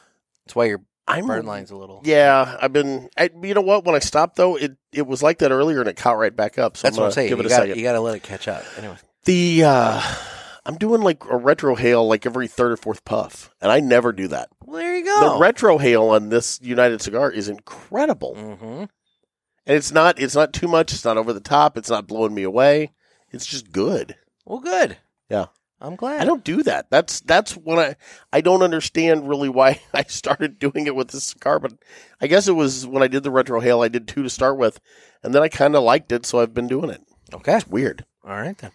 E: that's why your
C: I'm
E: burn line's a little.
C: Yeah, I've been. I, you know what? When I stopped though, it it was like that earlier, and it caught right back up. So
E: that's
C: I'm
E: what I'm
C: gonna
E: saying.
C: Give it
E: you,
C: a
E: gotta,
C: second.
E: you gotta let it catch up. Anyway,
C: The uh, I'm doing like a retro hail like every third or fourth puff, and I never do that.
E: well, there you go.
C: The retro hail on this United cigar is incredible,
E: hmm
C: and it's not it's not too much. It's not over the top. It's not blowing me away. It's just good.
E: Well, good.
C: Yeah.
E: I'm glad.
C: I don't do that. That's that's when I I don't understand really why I started doing it with this cigar, but I guess it was when I did the retro hail. I did two to start with, and then I kind of liked it, so I've been doing it.
E: Okay.
C: It's weird.
E: All right then.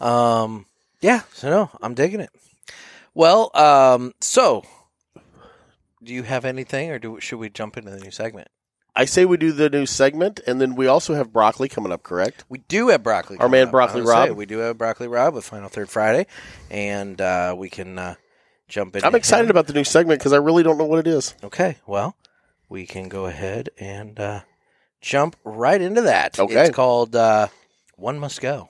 E: Um yeah, so no, I'm digging it. Well, um so do you have anything or do should we jump into the new segment?
C: I say we do the new segment, and then we also have broccoli coming up. Correct?
E: We do have broccoli.
C: Our
E: coming
C: man
E: up. I
C: Broccoli
E: was gonna say,
C: Rob.
E: we do have broccoli Rob with Final Third Friday and uh we can uh jump in.
C: I'm excited about the new segment because I really don't know what it is.
E: Okay, well, we can go ahead and uh jump right into that.
C: Okay.
E: It's called uh One Must Go.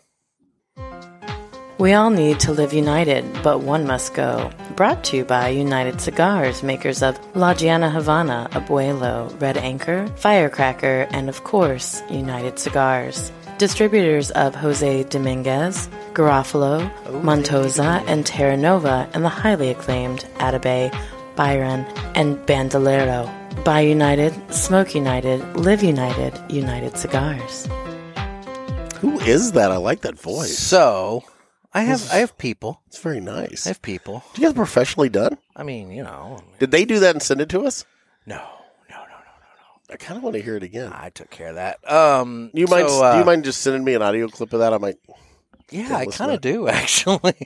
F: We all need to live united, but one must go. Brought to you by United Cigars, makers of La Giana Havana, Abuelo, Red Anchor, Firecracker, and of course, United Cigars. Distributors of Jose Dominguez, Garofalo, Montosa, and Terra Nova, and the highly acclaimed Atabey, Byron, and Bandolero. Buy United, Smoke United, Live United, United Cigars.
C: Who is that? I like that voice.
E: So I have I have people.
C: It's very nice.
E: I have people.
C: Do you have it professionally done?
E: I mean, you know,
C: Did they do that and send it to us?
E: no, no, no, no,
C: I kind of want to hear it again.
E: no, no. I took care of that. Um,
C: You mind?
E: so, uh,
C: do you mind just sending me an audio clip of that? I might
E: Yeah, I
C: listen
E: kind
C: to it?
E: of do actually.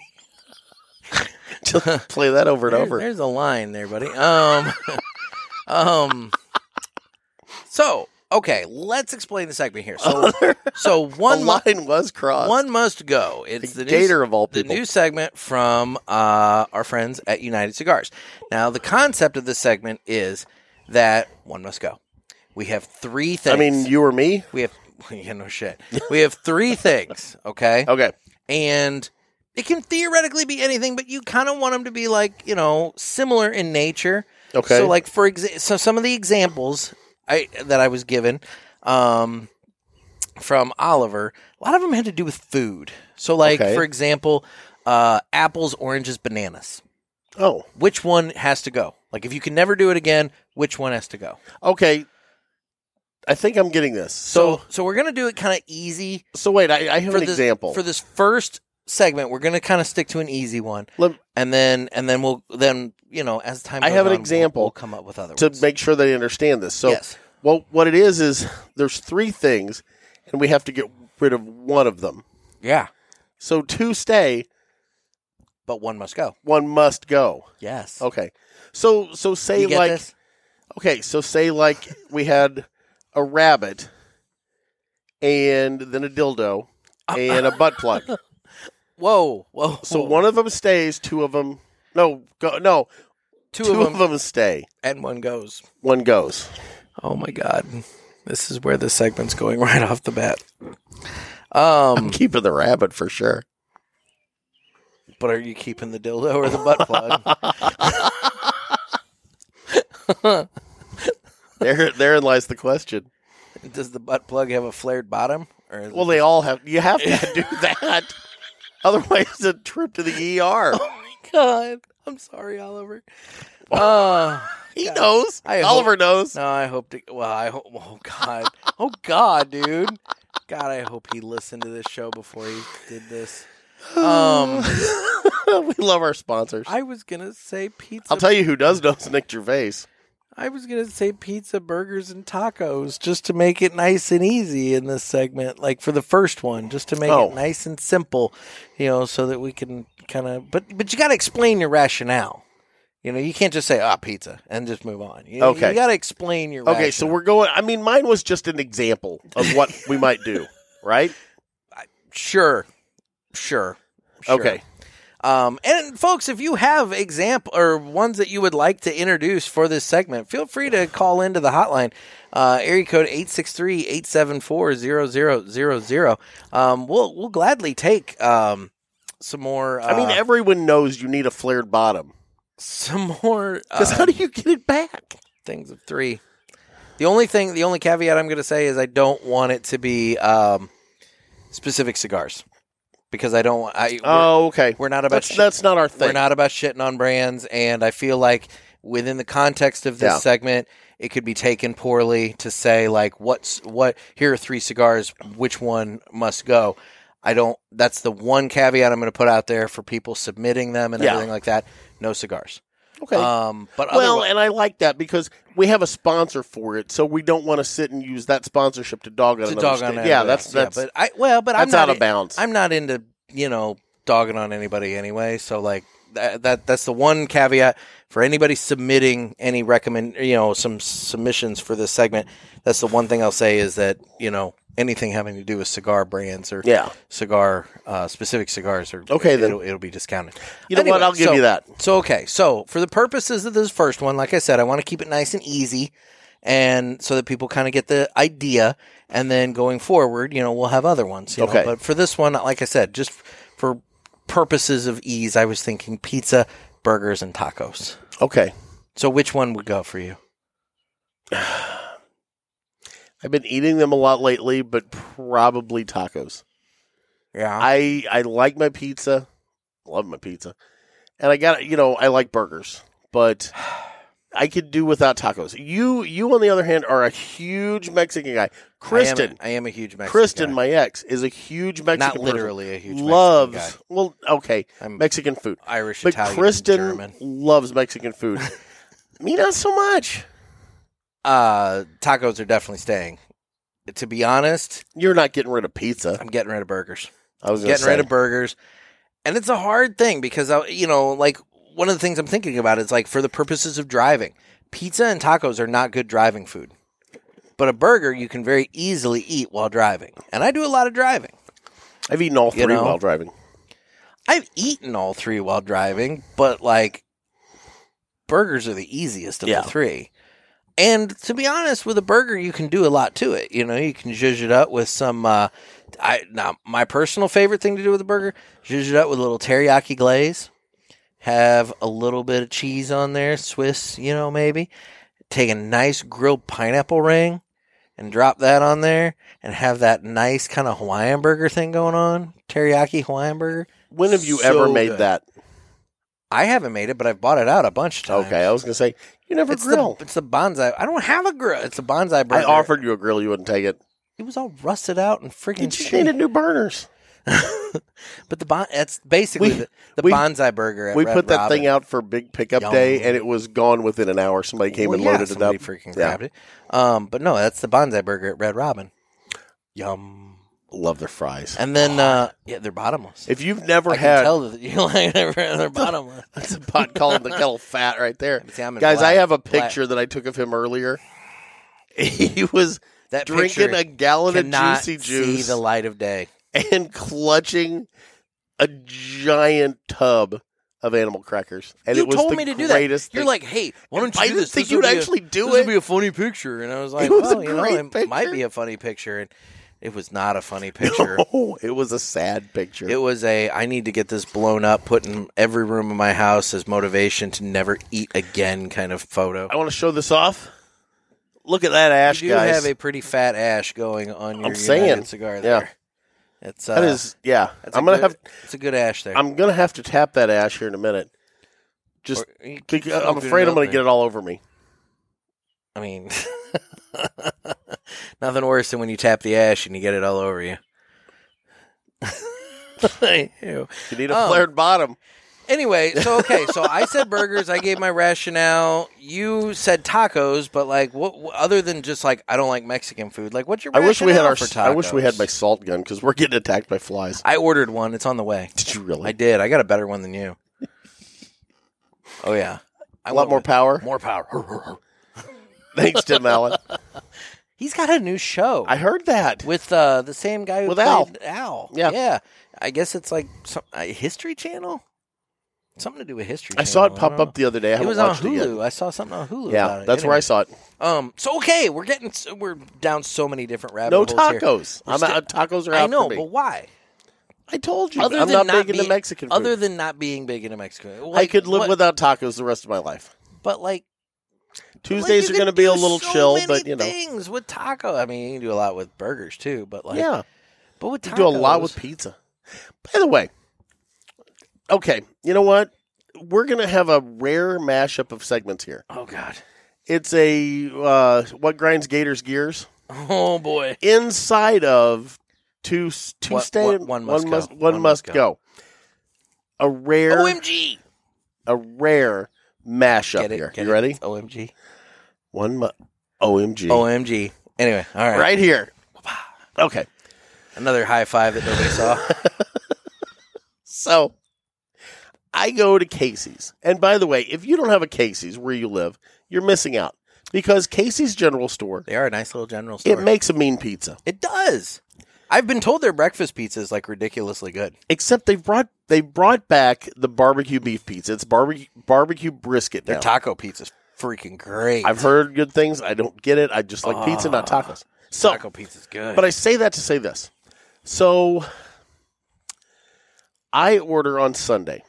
C: just play that over and
E: There-
C: over.
E: There's a line there, buddy. Um, um. So okay, let's explain the segment here. So, so one
C: the
E: mu-
C: line was crossed.
E: one must go. It's
C: the
E: the
C: gator
E: news-
C: of all
E: the
C: people.
E: new segment from uh, our friends at United Cigars. Now, the concept of this segment is that one must go. We have three things.
C: I mean, you or me?
E: We have yeah, no shit. We have three things, okay?
C: Okay.
E: And it can theoretically be anything, but you kind of want them to be like you know similar in nature.
C: Okay.
E: So like for example, so some of the examples I that I was given um, from Oliver, a lot of them had to do with food. So like
C: Okay.
E: for example, uh, apples, oranges, bananas.
C: oh,
E: Which one has to go? Like if you can never do it again, which one has to go?
C: okay. I think I'm getting this. So,
E: So so we're gonna do it kind of easy.
C: so, wait. I, I have an
E: this,
C: example.
E: for this first segment. We're gonna kind of stick to an easy one,
C: Let-
E: and then and then we'll then you know as time.
C: I
E: goes
C: have an
E: on, we'll-
C: example
E: We'll come up with other
C: to
E: ones.
C: make sure they understand this. So,
E: yes,
C: well, what it is is there's three things, and we have to get rid of one of them.
E: yeah,
C: So to stay,
E: but one must go.
C: one must go.
E: Yes,
C: Okay. So, so say
E: you get
C: like
E: this?
C: Okay, so say like we had a rabbit and then a dildo and a butt plug.
E: Uh, Whoa, whoa.
C: So one of them stays, two of them no, go, no,
E: two,
C: two
E: of them,
C: stay.
E: and one goes.
C: One goes.
E: Oh my god, this is where this segment's going right off the bat.
C: I'm
E: Um,
C: keeping the rabbit for sure.
E: but are you keeping the dildo or the butt plug?
C: There, therein lies the question.
E: Does the butt plug have a flared bottom? Or is
C: Well,
E: it
C: they all have. You have to do that, otherwise, it's a trip to the ER.
E: Oh my god. I'm sorry, Oliver. Uh,
C: He knows.
E: I hope-
C: Oliver knows.
E: no, I hope to well, I hope oh god. Oh god, dude. God, I hope he listened to this show before he did this. Um
C: we love our sponsors.
E: I was gonna say pizza
C: I'll tell you who does know is Nick Gervais.
E: I was gonna say pizza, burgers, and tacos just to make it nice and easy in this segment, like for the first one, just to make
C: Oh.
E: it nice and simple, you know, so that we can kind of. But but you got to explain your rationale. You know, you can't just say ah pizza and just move on. You,
C: Okay.
E: you got to explain your.
C: Okay, so
E: rationale.
C: we're going. I mean, mine was just an example of what we might do, right?
E: sure, sure, sure.
C: Okay.
E: Um, and folks, if you have example or ones that you would like to introduce for this segment, feel free to call into the hotline, uh, area code 863-874-0000. Um, we'll, we'll gladly take, um, some more. Uh,
C: I mean, everyone knows you need a flared bottom.
E: some more uh,
C: Because how do you get it back?
E: things of three. The only thing, the only caveat I'm going to say is I don't want it to be um, specific cigars because I don't. I we're,
C: Oh, okay.
E: we're not about
C: That's
E: shit-
C: that's not our thing.
E: we're not about shitting on brands, and I feel like within the context of this
C: Yeah.
E: segment, it could be taken poorly to say like what's what. Here are three cigars. Which one must go? I don't. That's the one caveat I'm going to put out there for people submitting them and
C: Yeah.
E: everything like that. No cigars.
C: okay.
E: Um, but
C: well,
E: otherwi-
C: and I like that because we have a sponsor for it, so we don't want to sit and use that sponsorship to dog on
E: to
C: another.
E: dog
C: sta-
E: on
C: yeah,
E: anybody
C: that's
E: else.
C: that's
E: yeah, but I well, but I'm
C: that's
E: not
C: out of
E: i-
C: bounds.
E: I'm not into you know dogging on anybody anyway. So like that, that that's the one caveat for anybody submitting any recommend you know some submissions for this segment. That's the one thing I'll say is that you know anything having to do with cigar brands or
C: yeah.
E: cigar uh, specific cigars or
C: Okay, then.
E: it'll, it'll be discounted.
C: You know what?
E: Anyway,
C: I'll give
E: so-
C: you that.
E: So okay, so for the purposes of this first one, like I said, I want to keep it nice and easy, and so that people kind of get the idea. And then going forward, you know, we'll have other ones. you know.
C: Okay.
E: But for this one, like I said, just for purposes of ease, I was thinking pizza, burgers, and tacos.
C: Okay.
E: So which one would go for you?
C: I've been eating them a lot lately, but probably tacos.
E: Yeah.
C: I I like my pizza, love my pizza, and I got you know I like burgers, but I could do without tacos. You you on the other hand are a huge Mexican guy. Kristen,
E: I am, I am a huge Mexican.
C: Kristen,
E: guy.
C: my ex, is a huge Mexican.
E: not
C: person.
E: literally a huge Mexican
C: loves
E: guy.
C: well okay
E: I'm
C: Mexican food,
E: Irish,
C: but
E: Italian,
C: Kristen
E: German.
C: loves Mexican food. Me not so much.
E: Uh, tacos are definitely staying. To be honest,
C: You're not getting rid of pizza.
E: I'm getting rid of burgers.
C: I was gonna
E: getting
C: say.
E: rid of burgers. And it's a hard thing because I, you know, like one of the things I'm thinking about is like for the purposes of driving, pizza and tacos are not good driving food. But a burger you can very easily eat while driving. And I do a lot of driving.
C: I've eaten all three
E: you know?
C: while driving.
E: I've eaten all three while driving, but like burgers are the easiest of
C: Yeah.
E: the three. And to be honest, with a burger, you can do a lot to it. You know, you can zhuzh it up with some. Uh, I now my personal favorite thing to do with a burger, zhuzh it up with a little teriyaki glaze. Have a little bit of cheese on there, Swiss, you know, maybe. Take a nice grilled pineapple ring and drop that on there, and have that nice kind of Hawaiian burger thing going on, teriyaki Hawaiian burger.
C: When have you
E: So
C: ever made
E: good.
C: that?
E: I haven't made it, but I've bought it out a bunch of times.
C: Okay, I was gonna say you never
E: It's the,
C: grill.
E: it's the bonsai. I don't have a grill. It's a bonsai burger.
C: I offered you a grill, you wouldn't take it.
E: It was all rusted out and
C: You
E: freaking
C: just needed
E: shit.
C: new burners.
E: but the bon- it's basically
C: We-
E: the, the
C: we-
E: bonsai burger. At
C: We
E: Red
C: put that
E: Robin.
C: thing out for big pickup
E: Yum.
C: day, and it was gone within an hour. Somebody came
E: Well,
C: and
E: yeah,
C: loaded it up.
E: somebody Freaking
C: Yeah.
E: grabbed it. Um, but no, that's the bonsai burger at Red Robin. Yum.
C: Love their fries.
E: And then uh, yeah, they're bottomless.
C: if you've never
E: I
C: had
E: can tell that you like they're, they're bottomless.
C: that's a pot calling the kettle fat right there,
E: See, I'm in
C: guys. I
E: black.
C: have a
E: Black.
C: picture that I took of him earlier. He was
E: that
C: drinking a
E: picture
C: gallon of
E: cannot
C: juicy
E: See
C: juice
E: the light of day.
C: and clutching a giant tub of animal crackers. And
E: you
C: it was
E: told
C: the
E: me to do that.
C: greatest
E: You're
C: thing.
E: like, hey, why don't you
C: I
E: do
C: didn't
E: this?
C: think
E: This
C: you'd
E: would be a-
C: actually do
E: This
C: it.
E: would be a funny picture, and I was like,
C: It was
E: well,
C: a
E: you know,
C: great
E: it might
C: picture.
E: be a funny picture. And it was not a funny picture.
C: No, it was a sad picture.
E: It was a I need to get this blown up, put in every room of my house as motivation to never eat again kind of photo.
C: I want to show this off. Look at that ash,
E: you do
C: guys.
E: have a pretty fat ash going on your United
C: saying.
E: cigar
C: Yeah.
E: there. It's uh,
C: that is, yeah.
E: that's a
C: I'm gonna
E: good-
C: have.
E: it's a good ash there.
C: I'm gonna have to tap that ash here in a minute. Just,
E: Or- you keep
C: because I'm
E: smoking
C: afraid I'm gonna
E: another.
C: get it all over me.
E: I mean, nothing worse than when you tap the ash and you get it all over you. Ew.
C: You need a
E: Um,
C: flared bottom.
E: Anyway, so okay, so I said burgers. I gave my rationale. You said tacos, but like, what wh- other than just like I don't like Mexican food? Like, what's your?
C: I wish we had
E: rationale
C: our.
E: For tacos?
C: I wish we had my salt gun because we're getting attacked by flies.
E: I ordered one. It's on the way.
C: Did you really?
E: I did. I got a better one than you. Oh yeah, I
C: a
E: want
C: lot more power.
E: More power.
C: Thanks, Tim Allen.
E: He's got a new show.
C: I heard that.
E: with uh, the same guy who
C: With
E: played Al.
C: Yeah.
E: yeah. I guess it's like some uh, History Channel, something to do with History.
C: I saw it
E: Channel,
C: pop
E: don't
C: up the other day. I
E: know. It
C: haven't
E: was on
C: watched it
E: Hulu.
C: yet.
E: I saw something on Hulu.
C: Yeah,
E: about it.
C: that's where I saw it.
E: I. Um. So okay, we're getting s- we're down so many different rabbit
C: No
E: holes here.
C: tacos. I'm
E: We're
C: out. Tacos are out
E: I know,
C: for me.
E: but why?
C: I told you.
E: Other
C: I'm
E: than
C: not,
E: not
C: big into
E: being-
C: Mexican food.
E: Other than not being big into Mexico,
C: I could live
E: what-
C: without tacos the rest of my life.
E: But like
C: Tuesdays
E: like, you
C: are going to
E: can
C: be a
E: do
C: little
E: so
C: chill,
E: many
C: but you know,
E: things with taco. I mean, you can do a lot with burgers too. But like,
C: yeah,
E: but with
C: you
E: tacos,
C: do a lot with pizza. By the way, okay, you know what? We're going to have a rare mashup of segments here.
E: Oh god,
C: It's a uh, what grinds Gators gears
E: oh boy.
C: inside of two two
E: What-
C: sta-
E: what- one must Oh, go.
C: must one, must go. A rare
E: OMG!
C: a rare mashup
E: Get it,
C: here.
E: get
C: you
E: it.
C: ready?
E: OMG!
C: One mu- OMG.
E: OMG! Anyway, all right.
C: Right here. Okay.
E: Another high five that nobody saw.
C: So I go to Casey's. And by the way, if you don't have a Casey's where you live, you're missing out because Casey's General Store,
E: they are a nice little general store.
C: it makes a mean pizza.
E: It does. I've been told their breakfast pizza is like ridiculously good.
C: Except they brought they brought back the barbecue beef pizza. It's barbecue barbecue brisket
E: Their
C: now.
E: taco pizza's freaking great.
C: I've heard good things. I don't get it. I just like pizza, not
E: Ah,
C: tacos. So
E: taco pizza's good.
C: But I say that to say this. So I order on Sunday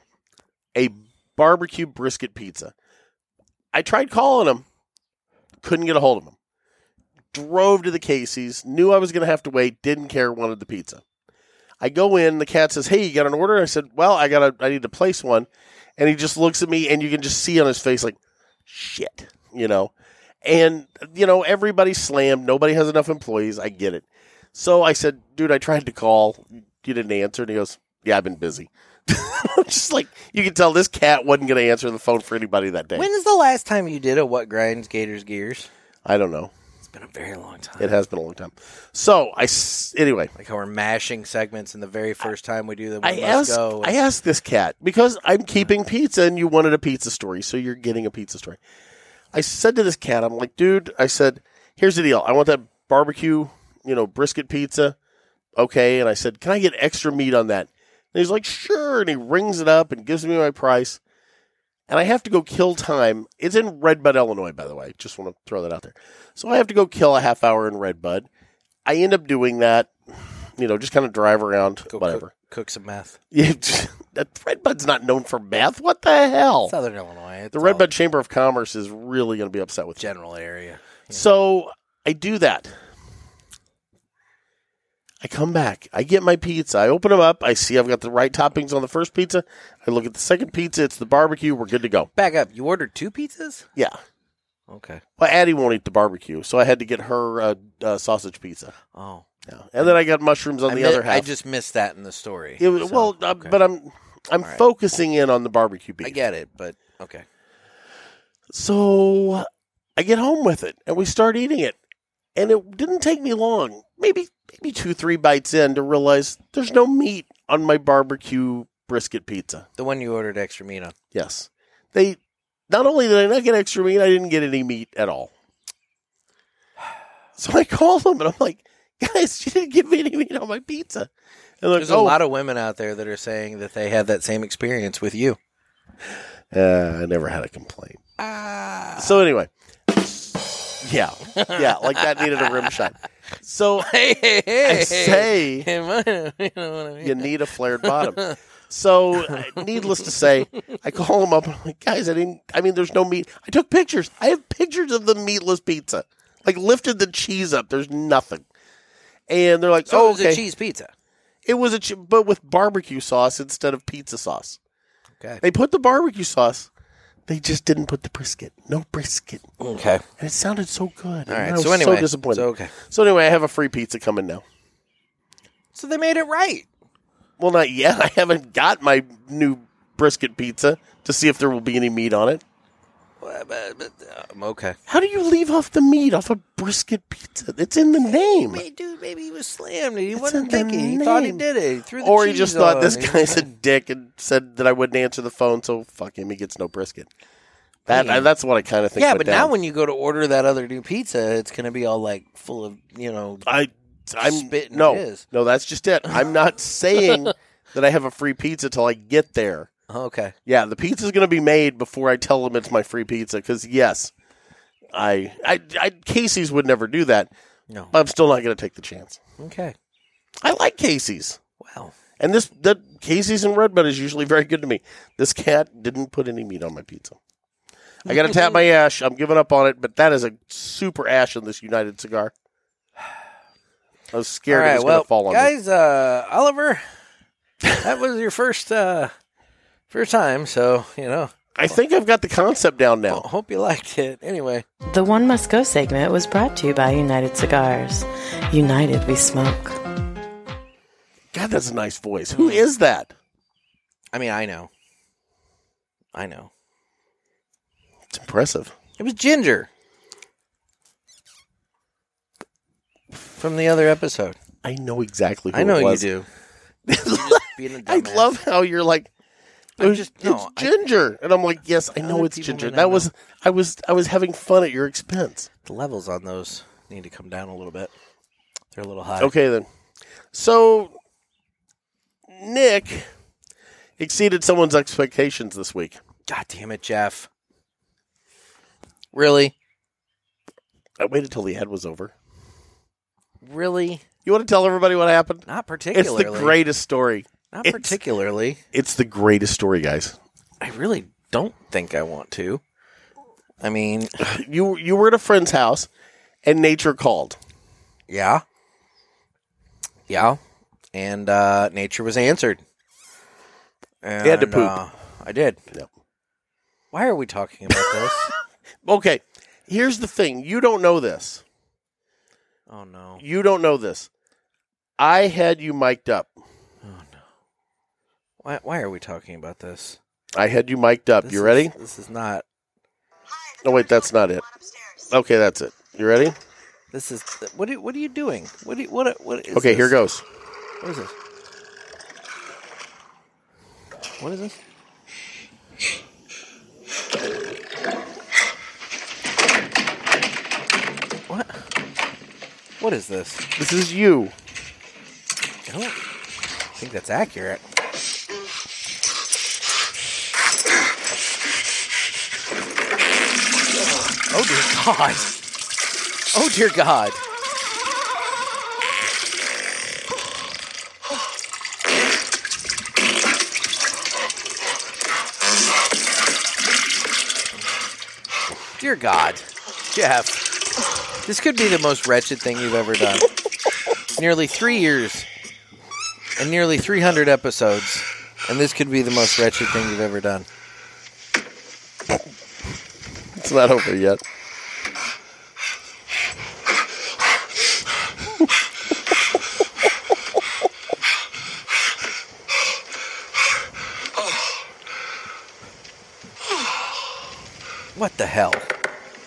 C: a barbecue brisket pizza. I tried calling them, couldn't get a hold of them. Drove to the Casey's, knew I was going to have to wait, didn't care, wanted the pizza. I go in, the cat says, "Hey, you got an order?" I said, "Well, I got to I need to place one." And he just looks at me and you can just see on his face like, "Shit." You know. And you know, everybody's slammed, nobody has enough employees, I get it. So I said, dude, I tried to call. You didn't answer. And he goes, yeah, I've been busy. Just like you can tell this cat wasn't going to answer the phone for anybody that day.
E: When's the last time you did a what grinds Gators gears?
C: I don't know.
E: It's been a very long time.
C: It has been a long time. So I, s- anyway,
E: Like how we're mashing segments, and the very first time we do them, we
C: I
E: must
C: asked,
E: go.
C: I asked this cat because I'm keeping pizza and you wanted a pizza story. So you're getting a pizza story. I said to this cat, I'm like, dude, I said, here's the deal. I want that barbecue, you know, brisket pizza. Okay. And I said, can I get extra meat on that? And he's like, sure. And he rings it up and gives me my price. And I have to go kill time. It's in Red Bud, Illinois, by the way. Just want to throw that out there. So I have to go kill a half hour in Red Bud. I end up doing that, you know, just kind of drive around,
E: Go
C: whatever.
E: Cook, cook some meth.
C: Yeah, that Red Bud's not known for meth. What the hell?
E: Southern Illinois. It's
C: Oh. The Red
E: all
C: Bud Chamber of Commerce is really going to be upset with you.
E: general area.
C: So I do that. I come back. I get my pizza. I open them up. I see I've got the right toppings on the first pizza. I look at the second pizza. It's the barbecue. We're good to go.
E: Back up. You ordered two pizzas?
C: Yeah.
E: Okay.
C: Well, Addie won't eat the barbecue, so I had to get her uh, uh, sausage pizza.
E: Oh,
C: Yeah. And then I got mushrooms on
E: I
C: the
E: mi-
C: other half.
E: I just missed that in the story.
C: It was-
E: So,
C: well, uh,
E: okay.
C: but I'm I'm
E: All right.
C: focusing in on the barbecue beef.
E: I get it. But okay,
C: So I get home with it and we start eating it. And it didn't take me long, maybe maybe two, three bites in to realize there's no meat on my barbecue brisket pizza.
E: the one you ordered extra meat on.
C: Yes. They not only did I not get extra meat, I didn't get any meat at all. So I called them and I'm like, guys, you didn't give me any meat on my pizza. And they're
E: There's
C: like,
E: a
C: oh,
E: lot of women out there that are saying that they had that same experience with you.
C: uh, I never had a complaint. So anyway,
E: Ah.
C: yeah, yeah, like that needed a rim shot. So
E: Hey, hey, hey.
C: I say
E: you know what I mean?
C: you need a flared bottom. So, uh, needless to say, I call him up and I'm like, guys, I didn't. I mean, there's no meat. I took pictures. I have pictures of the meatless pizza. Like lifted the cheese up. There's nothing. And they're like,
E: So
C: oh,
E: it was
C: okay.
E: a cheese pizza.
C: It was a che- but with barbecue sauce instead of pizza sauce.
E: Okay.
C: They put the barbecue sauce. They just didn't put the brisket. No brisket.
E: Okay.
C: And it sounded so good.
E: All
C: And
E: right.
C: I was
E: So anyway,
C: so disappointed.
E: So, okay.
C: So anyway, I have a free pizza coming now.
E: So they made it right.
C: Well, not yet. I haven't got my new brisket pizza to see if there will be any meat on it.
E: Well, but- but, um, okay.
C: How do you leave off the meat off a brisket pizza? It's in the name.
E: Wait, dude, maybe he was slammed and he
C: It's
E: wasn't
C: in the
E: thinking. He thought he
C: name.
E: did it. He threw the
C: Or he
E: cheese
C: just thought
E: on.
C: this
E: He-
C: guy's a dick and said that I wouldn't answer the phone, so fuck him. He gets no brisket. That
E: Man.
C: that's what I kind of think.
E: Yeah,
C: went
E: but
C: down.
E: now when you go to order that other new pizza, it's going to be all like full of, you know,
C: I I'm
E: Spitting
C: no
E: it is.
C: no that's just it. I'm not saying that I have a free pizza till I get there.
E: okay.
C: Yeah, the pizza's going to be made before I tell them it's my free pizza. Because yes, I, I, I, Casey's would never do that.
E: No.
C: But I'm still not going to take the chance.
E: Okay.
C: I like Casey's.
E: Wow.
C: And this the Casey's and Redbud is usually very good to me. This cat didn't put any meat on my pizza. I got to tap my ash. I'm giving up on it, but that is a super ash on this United cigar. I was scared it was going to fall on me.
E: guys, uh, Oliver, that was your first uh, first time, so you know.
C: I think I've got the concept down now.
E: Hope you liked it. Anyway,
F: The One Must Go segment was brought to you by United Cigars. United we smoke.
C: God, that's a nice voice. Who is that?
E: I mean, I know, I know.
C: It's impressive.
E: It was Ginger from the other episode.
C: I know exactly who
E: I know
C: it
E: you
C: was.
E: do. Being a
C: I
E: dumbass.
C: love how you're like.
E: I'm
C: "It's-
E: just- no,
C: it's Ginger, and I'm like, yes, I know
E: Other
C: it's
E: people
C: Ginger.
E: may not
C: That
E: know.
C: was I was I was having fun at your expense.
E: the levels on those need to come down a little bit. They're a little high.
C: Okay, then. So Nick exceeded someone's expectations this week.
E: God damn it, Jeff. Really?
C: I waited till the ad was over.
E: Really?
C: You want to tell everybody what happened?
E: Not
C: It's
E: particularly.
C: the greatest story.
E: Not
C: it's-
E: particularly.
C: It's the greatest story, guys.
E: I really don't think I want to. I mean,
C: You you were at a friend's house, and nature called.
E: yeah. Yeah. And uh, nature was answered. And,
C: had to poop.
E: uh, I did.
C: Yep.
E: Why are we talking about this?
C: Okay, here's the thing. You don't know this.
E: oh, no.
C: You don't know this. I had you mic'd up.
E: Oh, Why, why are we talking about this?
C: I had you mic'd up.
E: This
C: you
E: is-
C: ready?
E: This is not.
C: No, wait, that's not it. Okay, that's it. You ready?
E: This is what? Are, what are you doing? What? Are, you- what? What is?
C: Okay, here
E: this?
C: goes.
E: What is this? What is this? What? What is this?
C: This is you.
E: I don't think that's accurate. Oh dear God! Oh dear God! Dear God, Jeff, this could be the most wretched thing you've ever done. nearly three years and nearly 300 episodes, and this could be the most wretched thing you've ever done.
C: It's not over yet.
E: What the hell?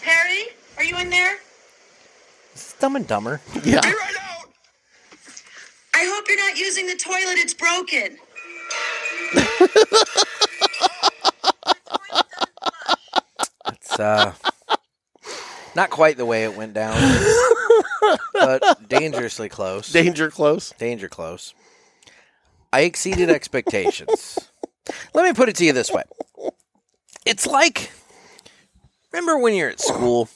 G: Harry, are you in there?
E: This is Dumb and Dumber.
C: Yeah.
G: I hope you're not using the toilet. It's broken.
E: It's uh, not quite the way it went down, but dangerously close.
C: Danger close.
E: Danger close. I exceeded expectations. Let me put it to you this way. It's like remember when you're at school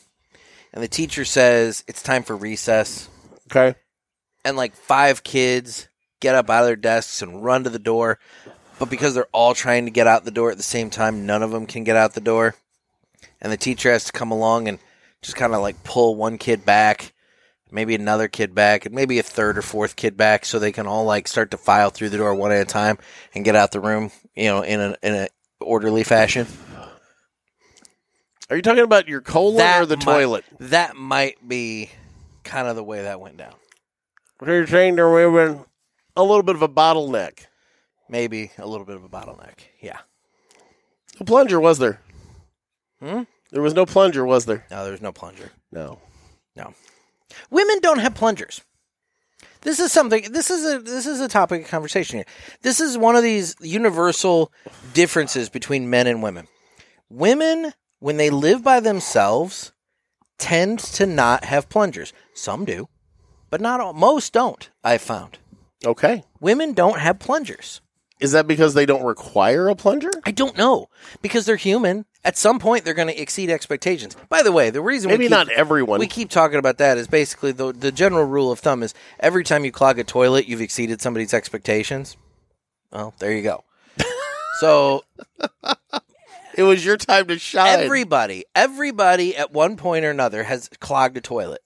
E: and the teacher says it's time for recess
C: Okay.
E: and like five kids get up out of their desks and run to the door. But because they're all trying to get out the door at the same time, none of them can get out the door. And the teacher has to come along and just kind of like pull one kid back, maybe another kid back, and maybe a third or fourth kid back so they can all like start to file through the door one at a time and get out the room, you know, in a, in a orderly fashion.
C: Are you talking about your colon or the
E: might-
C: toilet?
E: That might be kind of the way that went down.
C: You're saying there we were a little bit of a bottleneck.
E: Maybe a little bit of a bottleneck. Yeah.
C: A plunger was there?
E: Hmm?
C: There was no plunger, was there?
E: No, there's no plunger.
C: No.
E: women don't have plungers. This is something. This is a this is a topic of conversation here. This is one of these universal differences between men and women. Women, when they live by themselves, tend to not have plungers. Some do, but not all. Most don't. I've found
C: Okay.
E: women don't have plungers.
C: Is that because they don't require a plunger?
E: I don't know because they're human. At some point, they're going to exceed expectations. By the way, the reason we
C: Maybe
E: keep-
C: not everyone.
E: we keep talking about that is basically the the general rule of thumb is every time you clog a toilet, you've exceeded somebody's expectations. Well, there you go. so
C: It was your time to shine.
E: everybody, everybody at one point or another has clogged a toilet.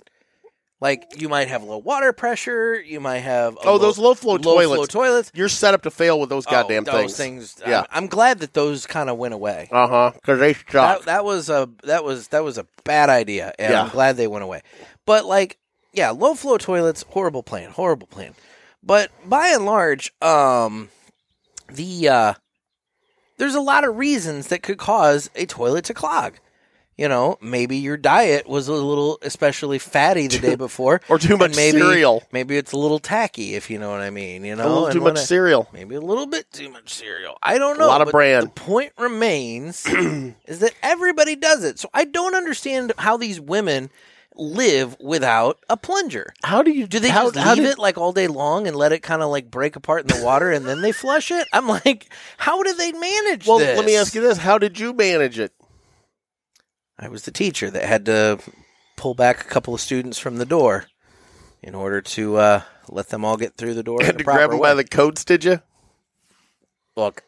E: Like you might have low water pressure, you might have a
C: oh, those low flow toilets.
E: Flow toilets.
C: You're set up to fail with those goddamn
E: oh,
C: things.
E: those things.
C: Yeah.
E: I'm, I'm glad that those kind of went away.
C: Uh huh. Because they suck.
E: That, that was a that was that was a bad idea, and I'm
C: Yeah.
E: glad they went away. But like, yeah, low flow toilets, horrible plan, horrible plan. But by and large, um, the uh, there's a lot of reasons that could cause a toilet to clog. You know, maybe your diet was a little especially fatty the day before,
C: or too
E: and
C: much
E: maybe-
C: cereal.
E: Maybe it's a little tacky, if you know what I mean. You know,
C: a little
E: and
C: too much
E: wanna-
C: cereal.
E: Maybe a little bit too much cereal. I don't
C: A
E: know.
C: lot of
E: but
C: bran.
E: The point remains is that everybody does it. So I don't understand how these women live without a plunger.
C: How do you
E: Do they
C: how,
E: just leave
C: how do-
E: it like all day long and let it kind of like break apart in the water and then they flush it? I'm like, how do they manage
C: Well,
E: this?
C: let me ask you this: How did you manage it?
E: I was the teacher that had to pull back a couple of students from the door in order to uh, let them all get through the door. in
C: Had
E: the
C: to
E: proper
C: grab them
E: way.
C: by the coats? Did you?
E: look,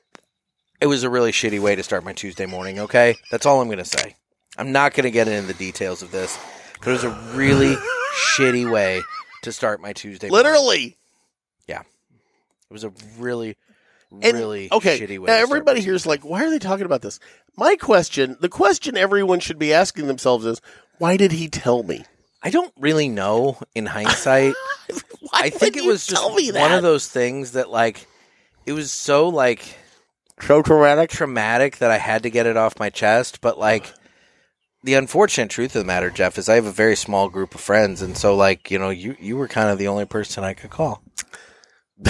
E: it was a really shitty way to start my Tuesday morning, okay? That's all I'm going to say. I'm not going to get into the details of this, but it was a really shitty way to start my Tuesday morning.
C: Literally.
E: It was a really,
C: And-
E: really
C: okay.
E: shitty way
C: now
E: to start
C: everybody
E: my
C: here's like, why are they talking about this? My question, the question everyone should be asking themselves is, why did he tell me?
E: I don't really know in hindsight.
C: Why
E: I think
C: would
E: it
C: you
E: was just
C: tell me that?
E: one of those things that, like, it was so, like,
C: so traumatic.
E: traumatic that I had to get it off my chest, but like the unfortunate truth of the matter, Jeff, is I have a very small group of friends, and so like you know, you you were kind of the only person I could call.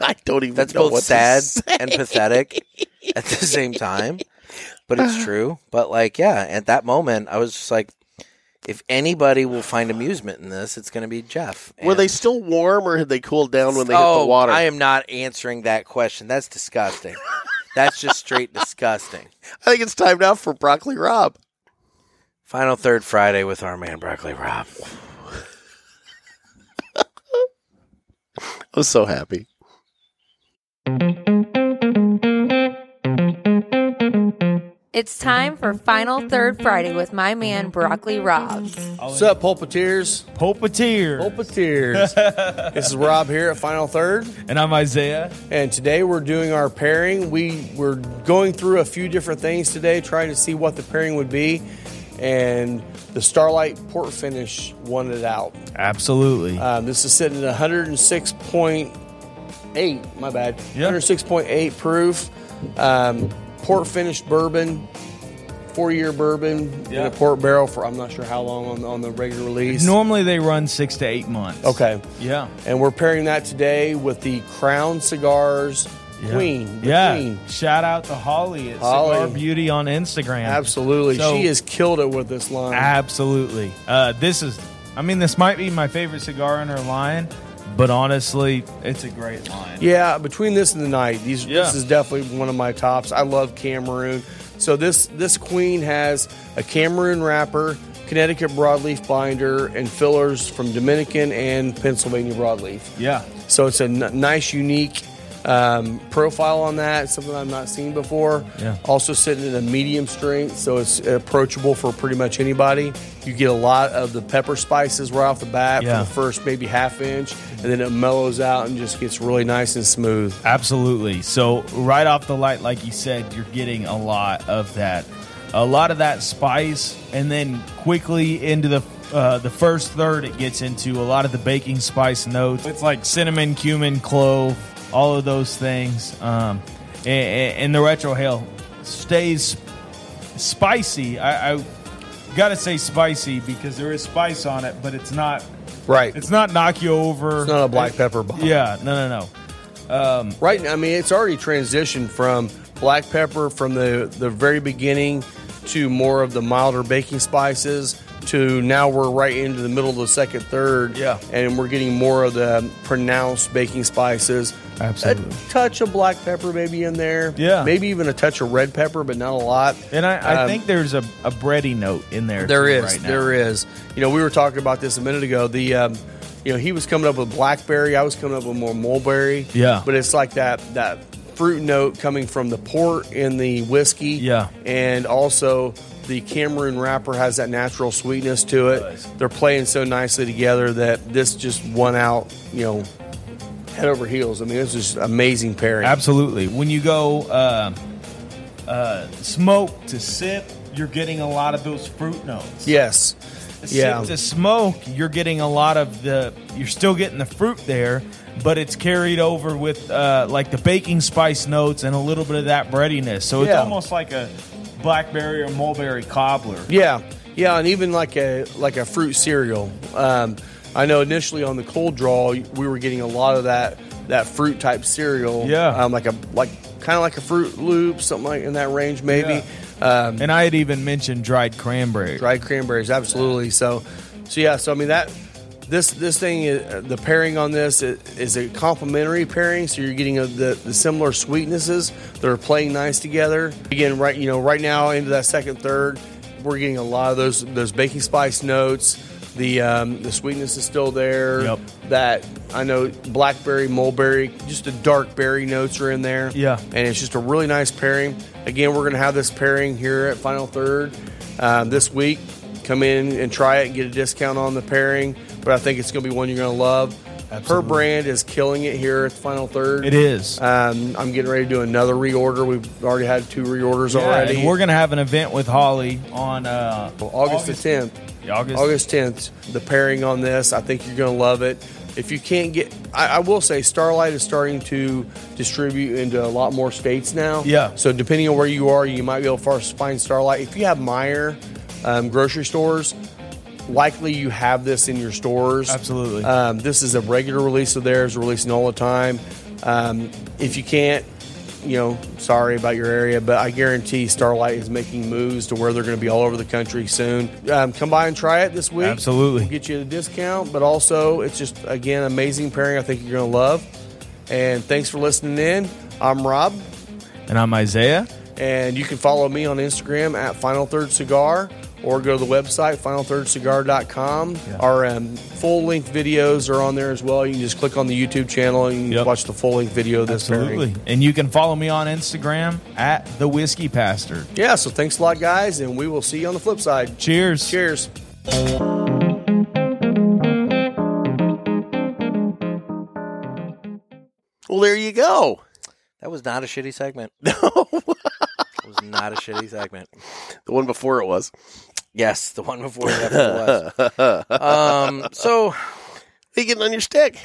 C: I don't even.
E: That's
C: know what
E: both
C: to
E: sad
C: say.
E: and pathetic at the same time, but it's true. But like, yeah, at that moment, I was just like, if anybody will find amusement in this, it's going to be Jeff.
C: Were they
E: And-
C: still warm or had they cooled down when they
E: oh,
C: hit the water?
E: I am not answering that question. That's disgusting. That's just straight disgusting.
C: I think it's time now for broccoli Rob.
E: Final third Friday with our man Broccoli Rob.
C: I was so happy.
H: It's time for Final Third Friday with my man Broccoli Rob.
I: What's up, pulpiteers?
J: Pulpiteer.
I: Pulpiteers. this is Rob here at Final Third,
J: And I'm Isaiah.
I: and today we're doing our pairing. We we're going through a few different things today, trying to see what the pairing would be, and the Starlight Port Finish won it out.
J: Absolutely.
I: Um, this is sitting at 106.8. My bad.
J: Yeah.
I: 106.8 proof. Um, port finished bourbon. Four year bourbon in
J: Yeah.
I: a port barrel for I'm not sure how long on, on the regular release.
J: Normally they run six to eight months.
I: Okay.
J: Yeah.
I: And we're pairing that today with the Crown Cigars
J: Yeah.
I: Queen. the
J: Yeah.
I: Queen.
J: Shout out to Holly at
I: Holly.
J: Cigar Beauty on Instagram.
I: Absolutely.
J: So-
I: she has killed it with this line.
J: Absolutely. Uh, this is, I mean, this might be my favorite cigar in her line, but honestly, it's a great line.
I: yeah, between this and the night, these
J: Yeah.
I: this is definitely one of my tops. I love Cameroon. So this this queen has a Cameroon wrapper, Connecticut broadleaf binder, and fillers from Dominican and Pennsylvania broadleaf.
J: Yeah.
I: So it's a n- nice, unique um, profile on that. Something I've not seen before.
J: Yeah.
I: Also sitting in a medium strength, so it's approachable for pretty much anybody. You get a lot of the pepper spices right off the bat
J: Yeah.
I: for the first maybe half inch, and then it mellows out and just gets really nice and smooth.
J: Absolutely. So right off the light, like you said, you're getting a lot of that, a lot of that spice, and then quickly into the uh, the first third, it gets into a lot of the baking spice notes. It's like cinnamon, cumin, clove, all of those things. Um, a- a- and, the retro hail stays spicy. I, I gotta say spicy because there is spice on it, but it's not.
I: Right.
J: It's not knock you over.
I: It's not a black pepper bomb.
J: Yeah. No. No. No.
I: Right. I mean, it's already transitioned from black pepper from the, the very beginning to more of the milder baking spices to now we're right into the middle of the second third.
J: Yeah.
I: And we're getting more of the pronounced baking spices.
J: Absolutely.
I: A touch of black pepper maybe in there.
J: Yeah.
I: Maybe even a touch of red pepper, but not a lot.
J: And I, I
I: Um,
J: think there's a, a bready note in there.
I: There
J: too
I: is,
J: Right now.
I: there is. You know, we were talking about this a minute ago. The um, you know, he was coming up with blackberry. I was coming up with more mulberry.
J: Yeah.
I: But it's like that that fruit note coming from the port in the whiskey.
J: Yeah.
I: And also the Cameroon wrapper has that natural sweetness to it. They're playing so nicely together that this just won out, you know, head over heels. I mean, this is amazing pairing.
J: Absolutely. When you go uh, uh, smoke to sip, you're getting a lot of those fruit notes.
I: Yes. Yeah.
J: Sip to smoke, you're getting a lot of the. You're still getting the fruit there, but it's carried over with uh, like the baking spice notes and a little bit of that breadiness. So it's
I: Yeah.
J: almost like a blackberry or mulberry cobbler.
I: Yeah, yeah, and even like a like a fruit cereal. Um, I know initially on the cold draw we were getting a lot of that that fruit type cereal.
J: Yeah.
I: um, like a like kind of like a Fruit Loop, something like in that range maybe. Um,
J: and I had even mentioned dried cranberry.
I: Dried cranberries, absolutely. So, so yeah, so I mean that this this thing uh, the pairing on this i- is a complementary pairing so you're getting uh the, the similar sweetnesses that are playing nice together again right you know right now into that second third we're getting a lot of those those baking spice notes the um, the sweetness is still there
J: Yep.
I: that i know blackberry mulberry just the dark berry notes are in there
J: Yeah.
I: and it's just a really nice pairing. Again, we're going to have this pairing here at Final Third uh, this week. Come in and try it, get a discount on the pairing, but I think it's going to be one you're going to love. Her brand is killing it here at Final Third.
J: It is.
I: Um, I'm getting ready to do another reorder. We've already had two reorders
J: Yeah,
I: already.
J: and we're gonna have an event with Holly on uh,
I: August, the 10th.
J: August.
I: August 10th. The pairing on this, I think you're going to love it. If you can't get, I, I will say Starlight is starting to distribute into a lot more states now.
J: Yeah.
I: So depending on where you are, you might be able to first find Starlight. If you have Meyer um, grocery stores, likely you have this in your stores.
J: Absolutely.
I: Um, this is a regular release of theirs, releasing all the time. Um, if you can't, you know, sorry about your area, but I guarantee Starlight is making moves to where they're going to be all over the country soon. Um, come by and try it this week.
J: Absolutely.
I: We'll get you a discount, but also it's just, again, amazing pairing I think you're going to love. And thanks for listening in. I'm Rob,
J: and I'm Isaiah.
I: and you can follow me on Instagram at Final Third Cigar or go to the website, finalthirdcigar.com. Our um, full length videos are on there as well. You can just click on the YouTube channel and you can
J: Yep.
I: watch the full length video of this pairing.
J: Absolutely. And you can follow me on Instagram at the Whiskey Pastor.
I: Yeah, so thanks a lot, guys, and we will see you on the flip side.
J: Cheers.
I: Cheers.
C: Well, there you go.
E: That was not a shitty segment.
C: No,
E: It was not a shitty segment.
C: the one before it was.
E: Yes, the one before that was. Um, so
C: He getting on your stick.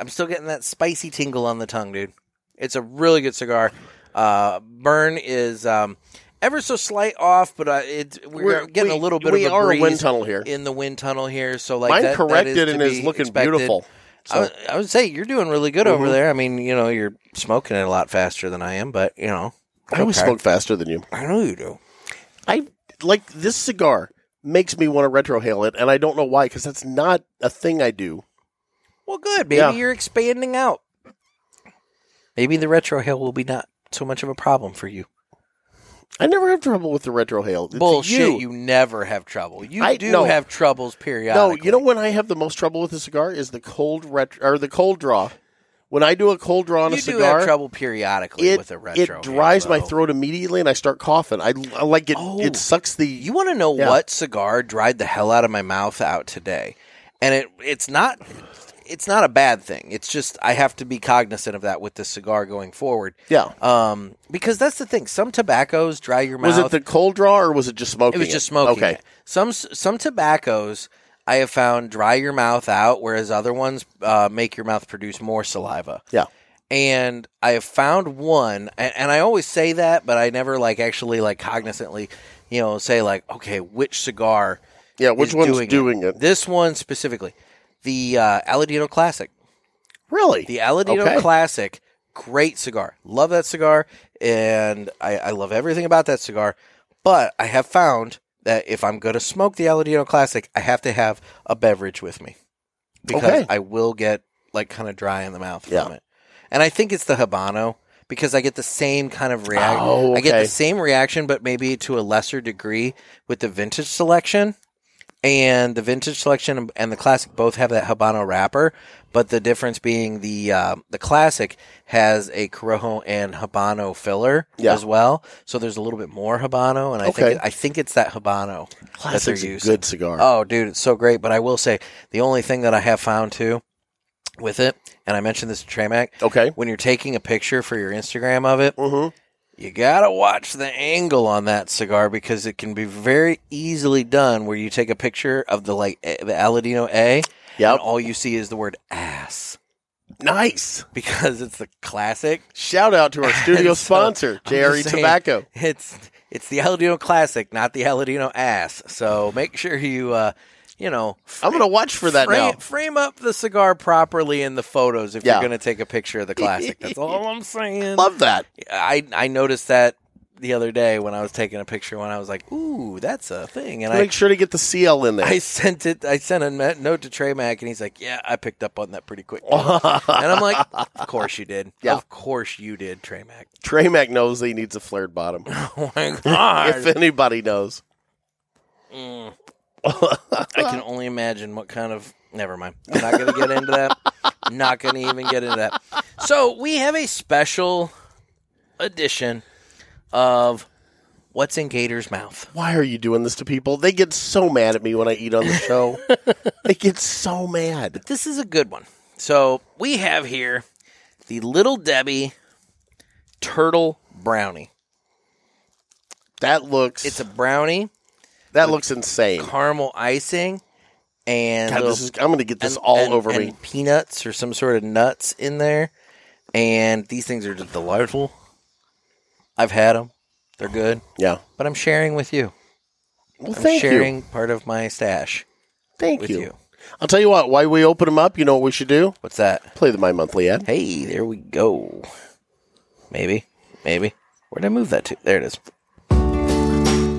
E: I'm still getting that spicy tingle on the tongue, dude. It's a really good cigar. Uh, burn is um, ever so slight off, but uh, it, we're,
C: We're-
E: getting
C: we-
E: a little bit
C: we
E: of a
C: are a
E: breeze
C: wind tunnel here.
E: in the wind tunnel here. So like
C: Mine
E: that- that
C: corrected
E: to
C: and is
E: be
C: looking
E: expected.
C: beautiful. Mm-hmm.
E: I, would, I would say you're doing really good over there. I mean, you know, you're smoking it a lot faster than I am, but you know,
C: I always
E: okay.
C: smoke faster than you.
E: I know you do.
C: I like this cigar makes me want to retrohale it, and I don't know why because that's not a thing I do.
E: Well, good. Maybe
C: Yeah.
E: you're expanding out. Maybe the retro hill will be not so much of a problem for you.
C: I never have trouble with the retrohale. It's
E: Bullshit.
C: you.
E: You never have trouble. You
C: I-
E: do
C: no.
E: have troubles
C: no,
E: periodically.
C: you know when I have the most trouble with a cigar is the cold retro or the cold draw. When I do a cold draw on
E: You
C: a
E: do
C: cigar,
E: have trouble periodically
C: it,
E: with a retro.
C: it dries
E: hill,
C: my
E: though.
C: throat immediately and I start coughing. I, I like it.
E: Oh.
C: It sucks the.
E: You want to know
C: Yeah.
E: what cigar dried the hell out of my mouth out today? And it it's not it's not a bad thing. It's just I have to be cognizant of that with this cigar going forward.
C: yeah.
E: Um, because that's the thing. Some tobaccos dry your mouth.
C: Was it the cold draw or was it just smoking?
E: It was just smoking.
C: Okay.
E: it. Some some tobaccos I have found dry your mouth out, whereas other ones uh, make your mouth produce more saliva.
C: Yeah.
E: And I have found one, and, and I always say that, but I never like actually like cognizantly, you know, say like, okay, which cigar?
C: Yeah. Which
E: is
C: one's
E: doing,
C: it?
E: This one specifically, the uh, Aladino Classic.
C: Really?
E: The Aladino
C: Okay.
E: Classic, great cigar. Love that cigar, and I, I love everything about that cigar. But I have found that if I'm going to smoke the Aladino Classic, I have to have a beverage with me because
C: Okay.
E: I will get like kind of dry in the mouth
C: Yeah.
E: from it. And I think it's the Habano because I get the same kind of reaction.
C: Oh,
E: I get
C: okay.
E: the same reaction, but maybe to a lesser degree with the vintage selection. and the vintage selection and the classic both have that Habano wrapper, but the difference being the uh, the classic has a Corojo and Habano filler
C: Yeah.
E: as well. So there's a little bit more Habano, and I
C: Okay.
E: think it, I think it's that Habano that
C: Classic's
E: they're
C: a
E: using.
C: good cigar.
E: Oh, dude, it's so great. But I will say the only thing that I have found too with it, and I mentioned this to Tramac,
C: okay.
E: when you're taking a picture for your Instagram of it,
C: hmm
E: you gotta watch the angle on that cigar because it can be very easily done where you take a picture of the like eh, the Aladino A, and
C: Yep.
E: all you see is the word ass
C: Nice.
E: because it's the classic
C: Shout out to our studio
E: And so,
C: sponsor,
E: I'm
C: Jerry
E: just saying,
C: Tobacco.
E: It's it's the Aladino classic, not the Aladino ass. So make sure you uh you know
C: I'm gonna watch for that
E: frame,
C: now.
E: frame up the cigar properly in the photos if
C: Yeah.
E: you're going to take a picture of the classic. That's all I'm saying.
C: Love that.
E: I I noticed that the other day when I was taking a picture when I was like, "Ooh, that's a thing." And I
C: Make sure to get the CL in there.
E: I sent it I sent a me- note to Trey Mack and he's like, "Yeah, I picked up on that pretty quick." and I'm like, "Of course you did.
C: Yeah.
E: Of course you did, Trey Mack."
C: Trey Mac knows he needs a flared bottom.
E: Oh my god.
C: if anybody knows.
E: Mm. I can only imagine what kind of. Never mind. I'm not going to get into that. not going to even get into that. So we have a special edition of what's in Gator's mouth.
C: Why are you doing this to people? They get so mad at me when I eat on the show. they get so mad.
E: This is a good one. So we have here the Little Debbie Turtle Brownie.
C: That looks
E: It's a brownie,
C: that looks insane.
E: caramel icing, and
C: God,
E: little
C: this is, I'm going to get this all over
E: and
C: me.
E: Peanuts or some sort of nuts in there, and these things are just delightful. I've had them; they're good.
C: Yeah.
E: But I'm sharing with you.
C: Well,
E: I'm
C: thank you.
E: sharing part of my stash
C: Thank
E: with
C: you.
E: you.
C: I'll tell you what. Why we open them up? You know what we should do?
E: What's that?
C: Play the my monthly ad.
E: Hey, there we go. Maybe, maybe. Where'd I move that to? There it is.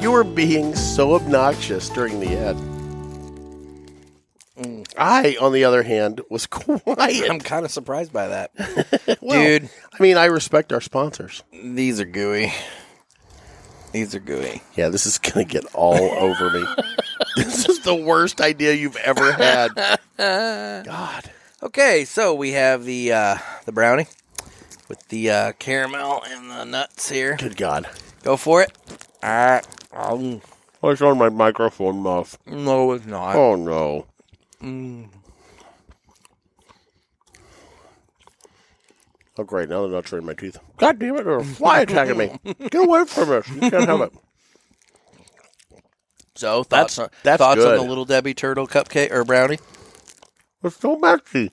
C: You were being so obnoxious during the ad. I, on the other hand, was quiet.
E: Mm. I'm kind of surprised by that.
C: Well,
E: Dude,
C: I mean, I respect our sponsors.
E: these are gooey. These are gooey.
C: Yeah, this is going to get all over me. This is the worst idea you've ever had. God.
E: Okay, so we have the uh, the brownie with the uh, caramel and the nuts here.
C: Good God.
E: Go for it. All right. Um,
C: Oh, it's on my microphone mouth.
E: no, it's not.
C: Oh, no. Mm. Oh, great. Now they're not showing my teeth. God damn it. They're a fly attacking me. Get away from us. You can't have it.
E: So thoughts on,
C: that's
E: thoughts
C: good.
E: on the little Debbie turtle cupcake or brownie?
C: It's so messy.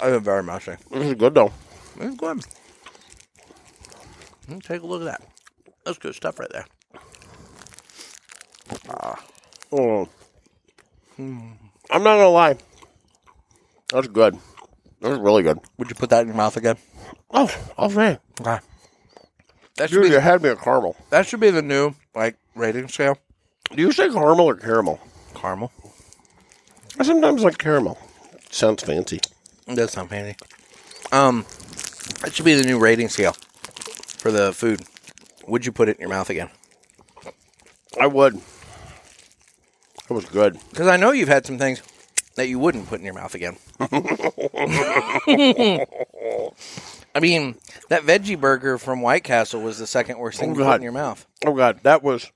E: Oh, very much. so.
C: This is good, though.
E: It's good. Mm, Take a look at that. That's good stuff right there.
C: Oh. Hmm. I'm not gonna lie. That's good. That's really good.
E: Would you put that in your mouth again?
C: Oh, I'll say.
E: Ah. That should
C: Dude,
E: be
C: you had me at caramel.
E: that should be the new like rating scale.
C: Do you say caramel or caramel?
E: Caramel.
C: I sometimes like caramel. Sounds fancy.
E: That's not fancy. Um, that should be the new rating scale for the food. Would you put it in your mouth again?
C: I would. That was good.
E: Because I know you've had some things that you wouldn't put in your mouth again. I mean, that veggie burger from White Castle was the second worst thing
C: Oh,
E: to put
C: God.
E: in your mouth,
C: Oh god, that was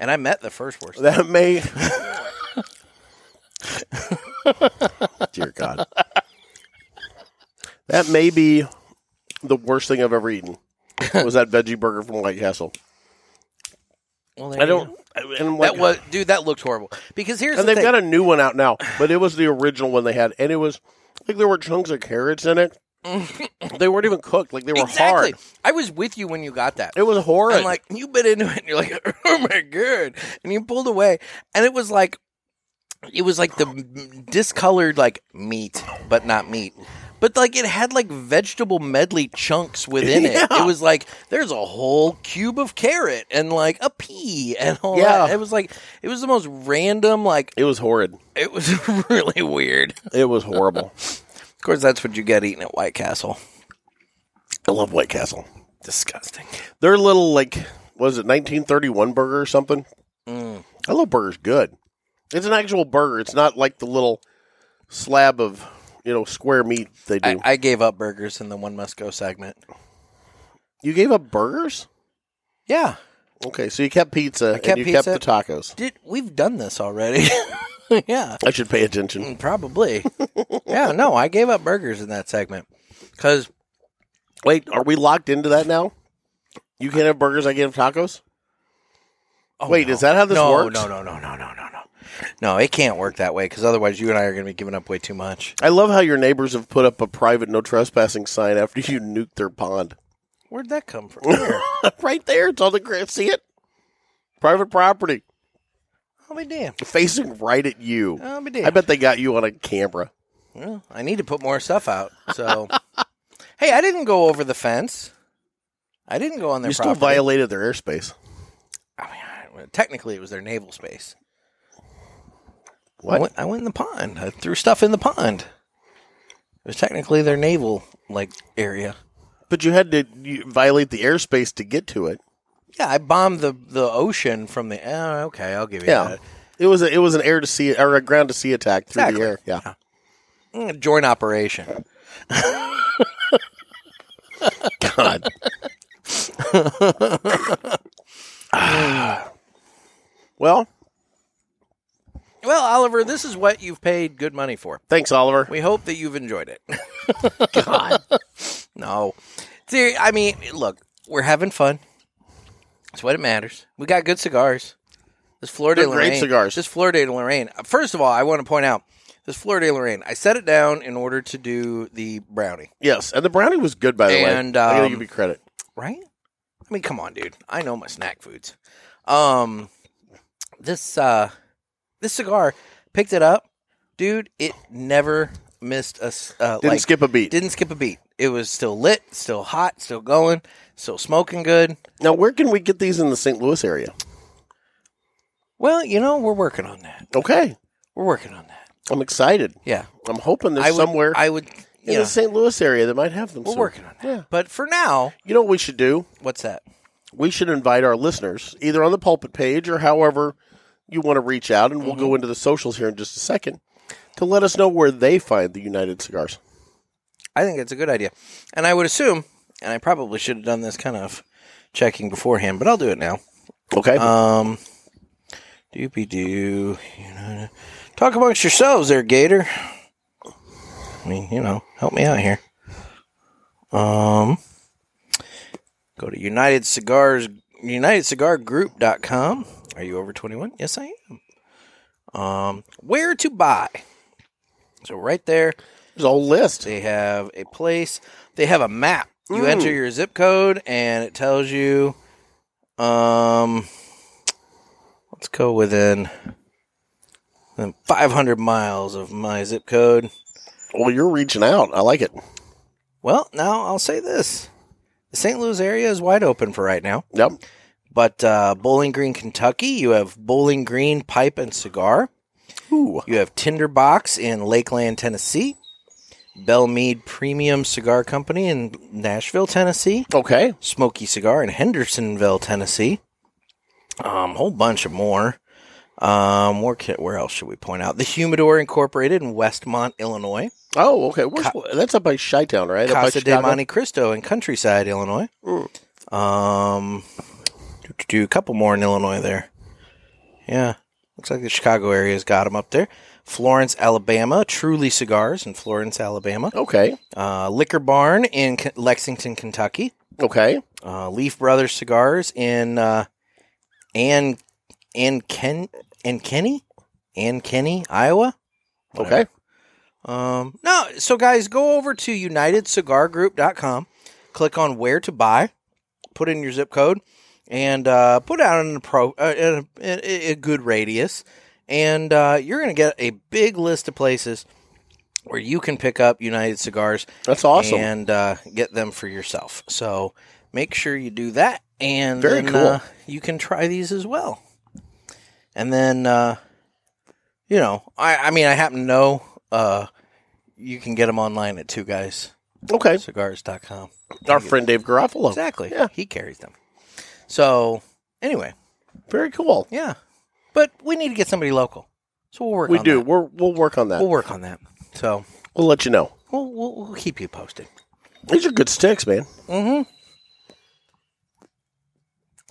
E: and I met the first worst.
C: that may Dear God. That may be the worst thing I've ever eaten. Was that veggie burger from White Castle?
E: Well,
C: I don't. I- And I'm
E: That
C: like-
E: was, dude. That looked horrible. Because here's
C: and
E: the
C: they've
E: thing.
C: got a new one out now, but it was the original one they had, and it was like there were chunks of carrots in it. they weren't even cooked; like they were
E: exactly.
C: hard.
E: I was with you when you got that.
C: It was horrid.
E: And like you bit into it and you're like, oh my god. And you pulled away. And it was like it was like the m- discolored like meat, but not meat. But like it had like vegetable medley chunks within it.
C: Yeah.
E: It was like there's a whole cube of carrot and like a pea and all
C: Yeah.
E: that. It was like it was the most random. Like
C: It was horrid.
E: it was really weird.
C: It was horrible.
E: Of course, that's what you get eating at White Castle.
C: I love White Castle.
E: Disgusting.
C: Their little like was it 1931 burger or something?
E: Mm.
C: That little burger's good. It's an actual burger. It's not like the little slab of you know square meat they do.
E: I, I gave up burgers in the One Must Go segment.
C: you gave up burgers?
E: Yeah,
C: Okay, so you kept pizza
E: kept
C: and you
E: pizza.
C: kept the tacos.
E: did we've done this already? yeah.
C: I should pay attention.
E: Probably. yeah, no, I gave up burgers in that segment because
C: Wait, are we locked into that now? You can't have burgers. I can't have tacos. Wait, is that how this
E: oh, no,
C: works?
E: No, no, no, no, no, no, no. No, it can't work that way because otherwise you and I are going to be giving up way too much.
C: I love how your neighbors have put up a private no trespassing sign after you nuked their pond.
E: Where'd that come from? Where?
C: right there, it's on the gra See it? Private property
E: I'll be damned.
C: facing right at you.
E: I'll be damned.
C: I bet they got you on a camera.
E: Well, I need to put more stuff out. So, hey, I didn't go over the fence. I didn't go on their
C: You still
E: property.
C: violated their airspace.
E: I mean, I- technically, it was their naval space. I
C: What?
E: went, I went in the pond. I threw stuff in the pond. It was technically their naval like area.
C: But you had to you violate the airspace to get to it.
E: Yeah, I bombed the the ocean from the. Oh, okay, I'll give you
C: Yeah. It was a, it was an air to sea or a ground to sea attack through
E: Exactly.
C: the air. Yeah.
E: that. Mm, Joint operation.
C: God. well,
E: Well, Oliver, this is what you've paid good money for.
C: thanks, Oliver.
E: We hope that you've enjoyed it.
C: God.
E: no, See, I mean, look, we're having fun. That's what it matters. We got good cigars. This Florida
C: They're great
E: Lorraine,
C: cigars.
E: This Florida Lorraine. First of all, I want to point out this Florida Lorraine. I set it down in order to do the brownie.
C: Yes, and the brownie was good, by the
E: And,
C: way. I gotta
E: um,
C: give you credit.
E: right? I mean, come on, dude. I know my snack foods. Um, this uh, this cigar picked it up, dude. It never missed a s- uh,
C: Didn't
E: like,
C: skip a beat.
E: Didn't skip a beat. It was still lit, still hot, still going, still smoking good.
C: Now, where can we get these in the St. Louis area?
E: Well, you know, we're working on that.
C: Okay,
E: We're working on that.
C: I'm excited.
E: Yeah,
C: I'm hoping there's
E: I would,
C: somewhere
E: I would.
C: in
E: Yeah,
C: the St. Louis area that might have them.
E: we're
C: soon.
E: working on that.
C: Yeah.
E: But for now,
C: You know what we should do?
E: what's that?
C: We should invite our listeners either on the pulpit page or however you want to reach out, and we'll
E: Mm-hmm.
C: go into the socials here in just a second to let us know where they find the United Cigars.
E: I think that's a good idea. And I would assume, and I probably should have done this kind of checking beforehand, but I'll do it now.
C: Okay,
E: Um, doopy doo. You know, talk amongst yourselves there, Gator. I mean, you know, help me out here. Um, go to United Cigars, UnitedCigarGroup.com. Are you over 21? Yes, I am. Um, where to buy? So right there,
C: there's a whole list.
E: they have a place. They have a map. You enter your zip code, and it tells you. Um, let's go within, within 500 miles of my zip code.
C: Well, you're reaching out. I like it.
E: Well, now I'll say this: the St. Louis area is wide open for right now.
C: Yep.
E: But uh, Bowling Green, Kentucky, you have Bowling Green Pipe and Cigar.
C: Ooh.
E: You have Tinderbox in Lakeland, Tennessee. Bellmead Premium Cigar Company in Nashville, Tennessee.
C: Okay.
E: Smoky Cigar in Hendersonville, Tennessee. Um, whole bunch of more. Um, where can, where else should we point out? The Humidor Incorporated in Westmont, Illinois.
C: Oh, okay. Where's, that's up by Chi Town, right? up by
E: Casa de
C: Chicago?
E: Monte Cristo in Countryside, Illinois. Um, do, do, do, a couple more in Illinois there. Yeah, looks like the Chicago area's got them up there. Florence, Alabama, Truly Cigars in Florence, Alabama.
C: Okay.
E: Uh, Liquor Barn in K- Lexington, Kentucky.
C: Okay.
E: Uh, Leaf Brothers Cigars in uh, and and Ken and Kenny and Kenny, Iowa.
C: Okay.
E: Um, no, so guys, go over to unitedcigargroup.com, click on where to buy, put in your zip code, and uh, put out an appro- uh, a, a, a good radius, and uh, you're going to get a big list of places where you can pick up United cigars.
C: That's awesome.
E: and uh, get them for yourself. So make sure you do that, and
C: Very
E: then,
C: cool.
E: uh, you can try these as well. And then, uh, you know, I, I mean, I happen to know uh, you can get them online at Two Guys
C: okay.
E: Cigars.com.
C: Our friend Dave Garofalo.
E: Exactly.
C: Yeah.
E: He carries them. So, anyway,
C: Very cool.
E: yeah. But we need to get somebody local. So we'll work
C: We
E: on
C: do.
E: that.
C: We're, we'll work on that.
E: We'll
C: We'll,
E: work on that. So
C: let you know.
E: we'll, we'll, we'll keep you posted.
C: These are good sticks, man.
E: Mm-hmm.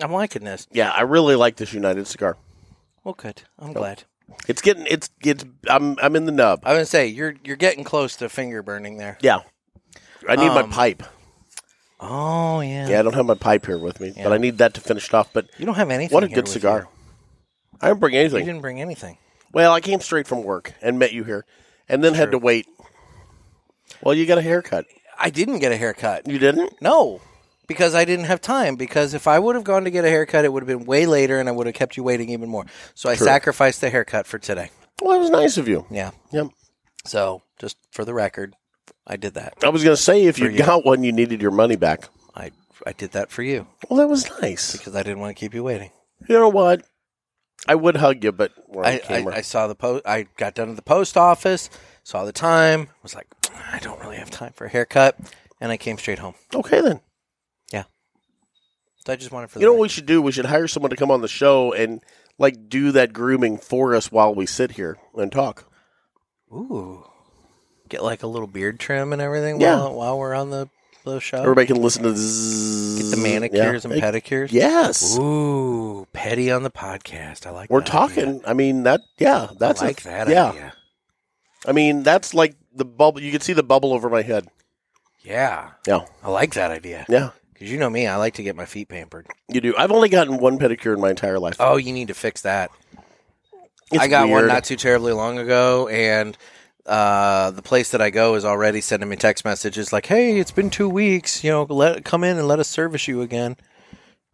E: I'm liking this.
C: Yeah, I really like this United cigar.
E: Well, good. I'm glad.
C: It's getting it's it's I'm I'm in the nub.
E: I was gonna say you're you're getting close to finger burning there.
C: Yeah. I need
E: Um,
C: my pipe.
E: Oh yeah.
C: Yeah, I don't have my pipe here with me, but I need that to finish it off. But
E: You don't have anything.
C: what a
E: here
C: good
E: with
C: cigar.
E: you.
C: I didn't bring
E: You.
C: anything.
E: didn't bring anything.
C: Well, I came straight from work and met you here, and then had to wait. Well, you got a haircut.
E: I didn't get a haircut.
C: You didn't?
E: No, because I didn't have time. Because if I would have gone to get a haircut, it would have been way later, and I would have kept you waiting even more. So I sacrificed the haircut for today.
C: Well, that was nice of you.
E: Yeah.
C: Yep.
E: So just for the record, I did that.
C: I was going to say if you
E: you.
C: got one, you needed your money back.
E: I I did that for you
C: Well, that was nice.
E: because I didn't want to keep you waiting.
C: You know what? I would hug you, but we're on
E: I,
C: camera.
E: I, I saw the post. I got done at the post office, saw the time, was like, I don't really have time for a haircut, and I came straight home.
C: okay, then.
E: So I just wanted for
C: You know
E: the
C: what we should do? We should hire someone to come on the show and like do that grooming for us while we sit here and talk.
E: ooh, get like a little beard trim and everything
C: Yeah.
E: while while we're on the the show.
C: Everybody can listen to the
E: get the manicures and pedicures.
C: Yes,
E: Ooh, petty on the podcast. I like.
C: we're
E: that
C: talking.
E: idea.
C: I mean that. Yeah, that's
E: I
C: a-
E: like that.
C: Yeah,
E: idea.
C: I mean that's like the bubble. You can see the bubble over my head.
E: yeah,
C: Yeah,
E: I like that idea.
C: yeah.
E: Because you know me, I like to get my feet pampered.
C: You do. I've only gotten one pedicure in my entire life.
E: Oh, you need to fix that.
C: It's
E: I got one
C: weird.
E: not too terribly long ago, and uh, the place that I go is already sending me text messages like, "Hey, it's been two weeks. You know, let come in and let us service you again."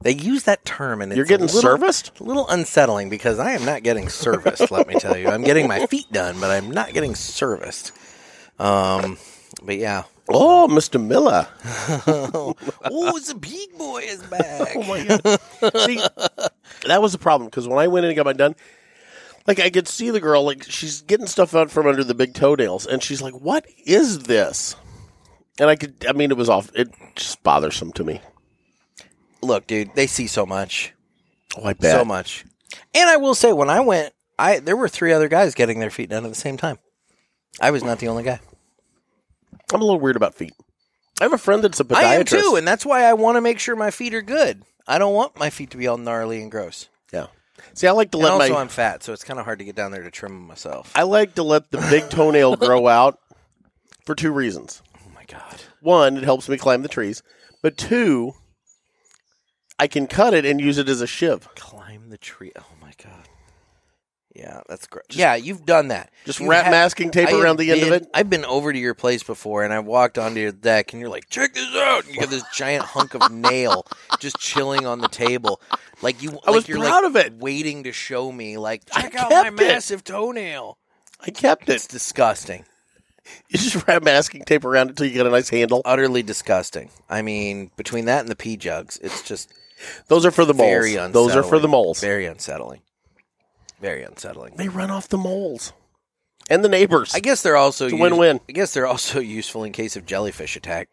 E: They use that term, and it's
C: You're getting
E: a little,
C: serviced.
E: A little unsettling because I am not getting serviced. let me tell you, I'm getting my feet done, but I'm not getting serviced. Um, but yeah.
C: Oh, Mister Miller.
E: oh, it's a big boy is back.
C: Oh my god! see, that was the problem because when I went in and got mine done, like I could see the girl, like she's getting stuff out from under the big toenails, and she's like, "What is this?" And I could, I mean, it was off. It just bothersome to me.
E: Look, dude, they see so much.
C: Oh, I bet.
E: so much. And I will say, when I went, I there were three other guys getting their feet done at the same time. I was not the only guy.
C: I'm a little weird about feet. I have a friend that's a podiatrist.
E: I am too, and that's why I want to make sure my feet are good. I don't want my feet to be all gnarly and gross.
C: yeah. See, I like to
E: And
C: let
E: also,
C: my,
E: I'm fat, so it's kind of hard to get down there to trim myself.
C: I like to let the big toenail grow out for two reasons.
E: oh my god!
C: one, it helps me climb the trees, but two, I can cut it and use it as a shiv.
E: Climb the tree. Oh my god! Yeah, that's gross. Yeah, you've done that.
C: Just
E: You
C: wrap
E: have-
C: masking tape
E: I
C: around
E: have
C: the end of
E: been-
C: it.
E: I've been over to your place before, and I walked onto your deck, and you're like, "Check this out!" And you got this giant hunk of nail just chilling on the table, like you.
C: I
E: like
C: was
E: you're
C: proud
E: like
C: of it.
E: waiting to show me. Like,
C: I
E: check out my
C: kept it.
E: massive toenail.
C: I kept
E: It's
C: it.
E: disgusting,
C: You just wrap masking tape around it until you get a nice handle.
E: utterly disgusting. I mean, between that and the pee jugs, it's just
C: Those are for the moles.
E: very unsettling.
C: Those are for the moles.
E: Very unsettling. Very unsettling.
C: They run off the moles and the neighbors.
E: I guess they're also
C: It's a
E: use-
C: win-win.
E: I guess they're also useful in case of jellyfish attack.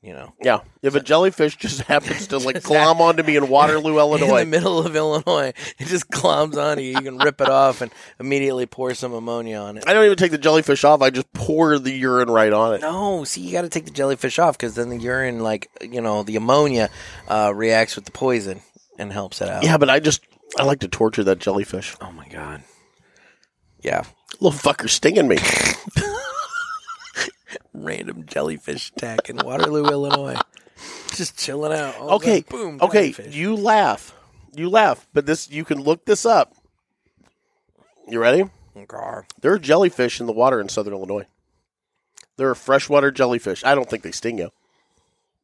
E: You know.
C: yeah, if a jellyfish just happens to like glom onto me in Waterloo,
E: In
C: Illinois,
E: the middle of Illinois, it just clombs on you. You can rip it off and immediately pour some ammonia on it.
C: I don't even take the jellyfish off. I just pour the urine right on it.
E: No, see, you got to take the jellyfish off because then the urine, like you know, the ammonia uh, reacts with the poison and helps it out.
C: Yeah, but I just I like to torture that jellyfish.
E: Oh my god. Yeah.
C: Little fucker stinging me.
E: Random jellyfish attack in Waterloo, Illinois. Just chilling out. All of a
C: okay
E: sudden, boom.
C: okay
E: jellyfish.
C: you laugh you laugh but this you can look this up you ready
E: Gar.
C: there are jellyfish in the water in southern illinois there are freshwater jellyfish i don't think they sting you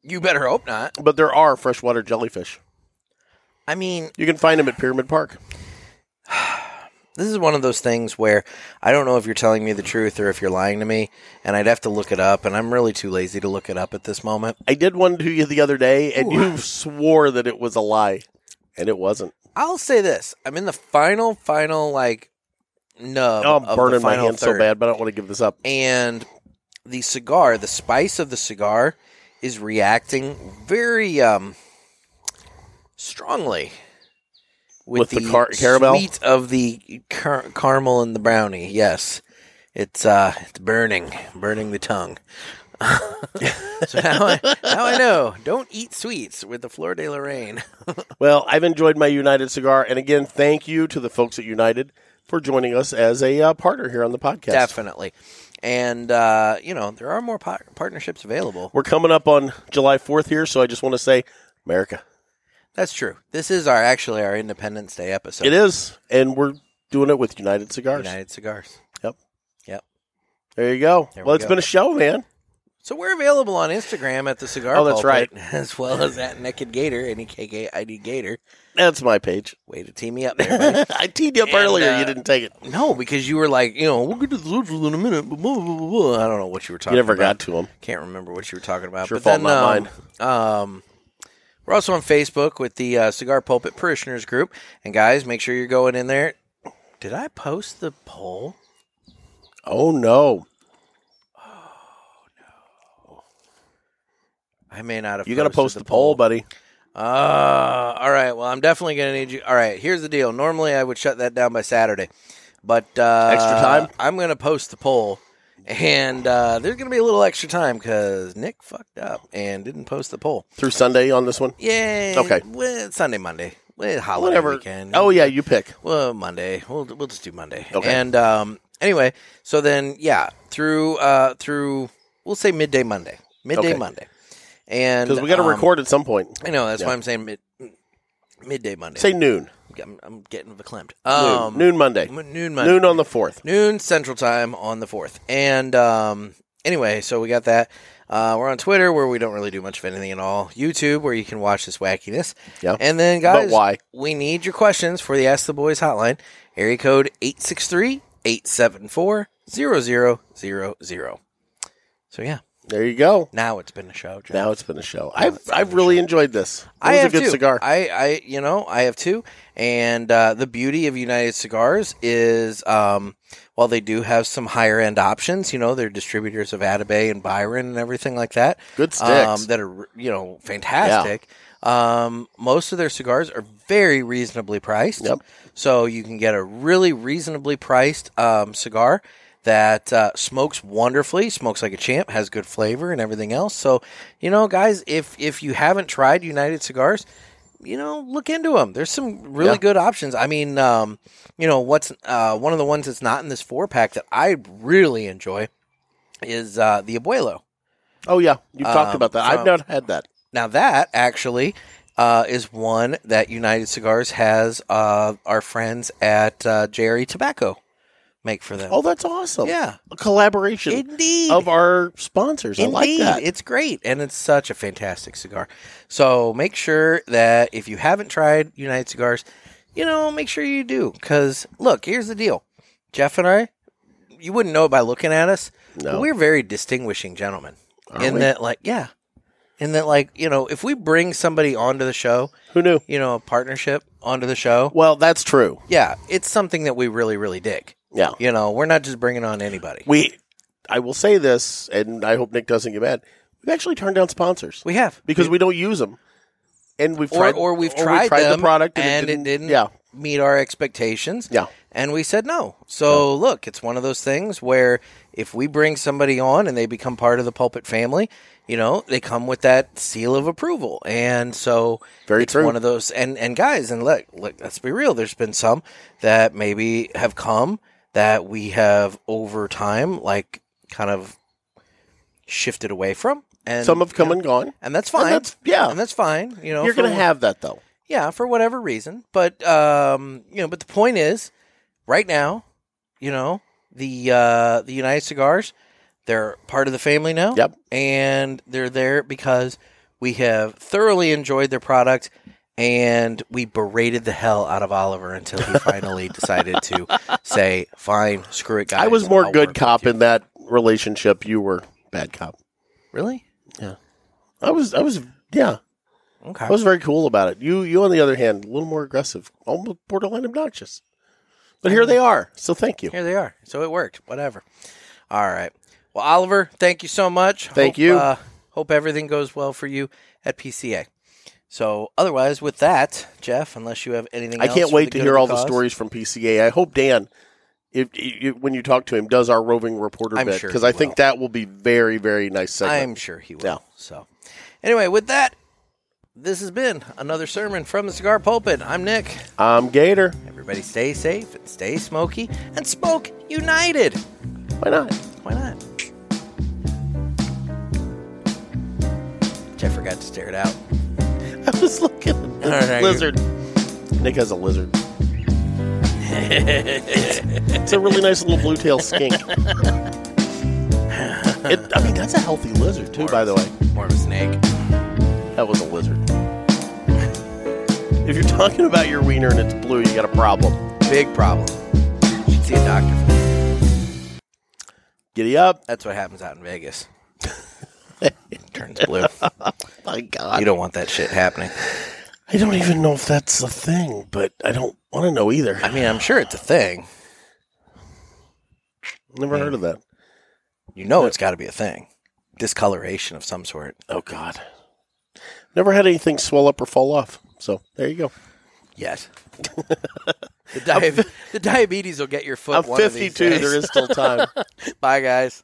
E: You better hope not.
C: but there are freshwater jellyfish
E: I mean,
C: you can find them at pyramid park
E: This is one of those things where I don't know if you're telling me the truth or if you're lying to me, and I'd have to look it up, and I'm really too lazy to look it up at this moment.
C: I did one to you the other day, and you swore that it was a lie, and it wasn't.
E: I'll say this: I'm in the final, final like nub.
C: Oh, I'm
E: of
C: burning
E: the
C: my
E: final
C: hand so
E: third.
C: bad, but I don't want to give this up.
E: and the cigar, the spice of the cigar is reacting very um strongly
C: With the car- caramel?
E: sweet of the car- caramel and the brownie. Yes. It's uh it's burning, burning the tongue. so now I, now I know. Don't eat sweets with the Fleur de Lorraine.
C: Well, I've enjoyed my United cigar, and again, thank you to the folks at United for joining us as a uh, partner here on the podcast.
E: Definitely. And uh, you know, there are more par- partnerships available.
C: We're coming up on July 4th here, so I just want to say, America,
E: That's true. This is our actually our Independence Day episode.
C: it is, and we're doing it with United Cigars.
E: United Cigars.
C: Yep.
E: Yep.
C: There you go.
E: There we
C: well, it's
E: go.
C: been a show, man.
E: So we're available on Instagram at the Cigar.
C: Oh, that's
E: Pulpit, As well as at Naked Gator, N E K K I D Gator.
C: That's my page.
E: Way to tee me up there, buddy.
C: I teed you up
E: And,
C: earlier.
E: uh,
C: you didn't take it.
E: no, because you were like, you know, we'll get to the socials in a minute. Blah, blah, blah, blah. I don't know what you were
C: You
E: talking.
C: never
E: about.
C: got to them.
E: Can't remember what you were talking
C: It's
E: about.
C: your
E: but
C: fault,
E: then,
C: not
E: um, um, we're also on Facebook with the uh, Cigar Pulpit Parishioners Group. And guys, make sure you're going in there. Did I post the poll?
C: Oh, no.
E: I may not have.
C: You got to
E: posted
C: post the poll, buddy.
E: Uh, all right. Well, I'm definitely going to need you. All right. Here's the deal. Normally, I would shut that down by Saturday, but uh,
C: Extra time?
E: I'm going to post the poll, and uh, there's going to be a little extra time because Nick fucked up and didn't post the poll.
C: Through Sunday on this one?
E: Yay.
C: Okay.
E: Well, Sunday, Monday. Well, holiday
C: Whatever.
E: weekend.
C: Oh, yeah, you pick.
E: Well, Monday. We'll we'll just do Monday.
C: Okay.
E: And um, anyway, so then yeah, through uh through we'll say midday Monday, midday
C: Okay.
E: Monday, and
C: Because we got to
E: um,
C: record at some point.
E: I know that's
C: Yeah.
E: why I'm saying mid midday Monday.
C: Say noon.
E: I'm, I'm getting verklempt.
C: Noon.
E: Um,
C: noon Monday.
E: m- noon Monday.
C: Noon on the 4th.
E: Noon Central Time on the fourth. And um, anyway, so we got that. Uh, we're on Twitter where we don't really do much of anything at all. YouTube where you can watch this wackiness.
C: Yeah.
E: And then
C: But
E: guys,
C: why?
E: we need your questions for the Ask the Boys hotline. Area code 863-874-0000. So yeah,
C: There you go.
E: now it's been a show. Jeff.
C: Now it's been a show. I've
E: it's been
C: I've
E: a
C: really
E: show.
C: enjoyed this. It was
E: I have
C: a good
E: two.
C: cigar.
E: I, I, you know, I have two. And uh, the beauty of United Cigars is, um, while they do have some higher end options, you know, they're distributors of Atabay and Byron and everything like that.
C: good sticks.
E: Um, that are you know fantastic. Um, most of their cigars are very reasonably priced.
C: Yep.
E: So you can get a really reasonably priced um, cigar that uh, smokes wonderfully, smokes like a champ, has good flavor and everything else. So you know, guys, if if you haven't tried United Cigars. You know, look into them. There's some really
C: Yeah.
E: good options. I mean, um, you know, what's uh, one of the ones that's not in this four pack that I really enjoy is uh, the Abuelo.
C: oh yeah, you've talked
E: um,
C: about that. I've
E: from-
C: not had that.
E: Now that actually uh, is one that United Cigars has uh, our friends at uh, Jerry Tobacco make for them.
C: Oh, that's awesome.
E: yeah,
C: a collaboration
E: indeed,
C: of our sponsors.
E: indeed,
C: I like that.
E: it's great, and it's such a fantastic cigar. So make sure that if you haven't tried United Cigars, you know, make sure you do. Because look, here's the deal, Jeff and I. You wouldn't know it by looking at us.
C: no,
E: We're very distinguishing gentlemen.
C: aren't
E: in
C: we?
E: that, like, yeah. In that, like, you know, if we bring somebody onto the show
C: who knew?
E: you know, a partnership onto the show.
C: Well, that's true.
E: Yeah, it's something that we really, really dig.
C: Yeah,
E: You know, we're not just bringing on anybody.
C: we. I will say this, and I hope Nick doesn't get mad. We've actually turned down sponsors
E: We have
C: because we don't use them, and we've
E: or,
C: tried
E: or we've
C: we
E: tried,
C: the
E: them
C: product
E: and, it didn't,
C: Yeah,
E: meet our expectations.
C: Yeah.
E: and we said no. So look, it's one of those things where if we bring somebody on and they become part of the pulpit family, you know, they come with that seal of approval, and so
C: very
E: it's
C: true.
E: one of those and and guys and look, look let's be real there's been some that maybe have come that we have over time like kind of shifted away from and
C: Some have come
E: you know,
C: and gone.
E: and that's
C: And
E: fine
C: that's yeah.
E: and that's fine you know
C: You're
E: for
C: going to
E: wh-
C: have that though.
E: yeah for whatever reason but um you know but the point is right now you know the uh the united cigars they're part of the family now
C: Yep.
E: and they're there because we have thoroughly enjoyed their product and we berated the hell out of Oliver until he finally decided to say, "Fine, screw it, guys."
C: I was more
E: I'll
C: good
E: work
C: cop
E: with you."
C: in that relationship. You were bad cop.
E: Really?
C: I was. I was. Yeah,
E: Okay.
C: I was very cool about it. You. You on the other hand, a little more aggressive, almost borderline obnoxious. But here they are. So thank you.
E: Here they are. So it worked. Whatever. All right. Well, Oliver, thank you so much.
C: Thank
E: Hope,
C: you.
E: Uh, hope everything goes well for you at PCA. So, otherwise, with that, Jeff, unless you have anything,
C: I
E: else
C: can't
E: for
C: wait to
E: good
C: hear
E: of
C: all the
E: cause,
C: stories from PCA. I hope Dan, if, if when you talk to him, does our roving reporter
E: I'm
C: bit
E: sure
C: because
E: he
C: I think
E: will.
C: that will be very very nice segment.
E: I'm sure he will.
C: Yeah.
E: So, anyway, with that, this has been another sermon from the cigar pulpit. I'm Nick.
C: I'm Gator.
E: Everybody, stay safe and stay smoky and smoke united.
C: Why not?
E: Why not? Jeff forgot to stare it out.
C: I was looking at
E: All
C: the
E: right.
C: lizard. Nick has a lizard. it's a really nice little blue tail skink. It, I mean, that's a healthy lizard too. By the way,
E: More of a snake.
C: that was a lizard. If you're talking about your wiener and it's blue, you got a problem.
E: Big problem. Should see a doctor. for that.
C: Giddy up!
E: That's what happens out in Vegas. it turns blue.
C: My God,
E: You don't want that shit happening.
C: I don't even know if that's a thing, but I don't want to know either.
E: I mean, I'm sure it's a thing.
C: Never heard of that.
E: You know it's got to be a thing. Discoloration of some sort.
C: Oh God, never had anything swell up or fall off. So there you go.
E: Yes. the, di- the diabetes will get your foot.
C: I'm
E: one of these
C: 52.
E: days.
C: There is still time.
E: Bye, guys.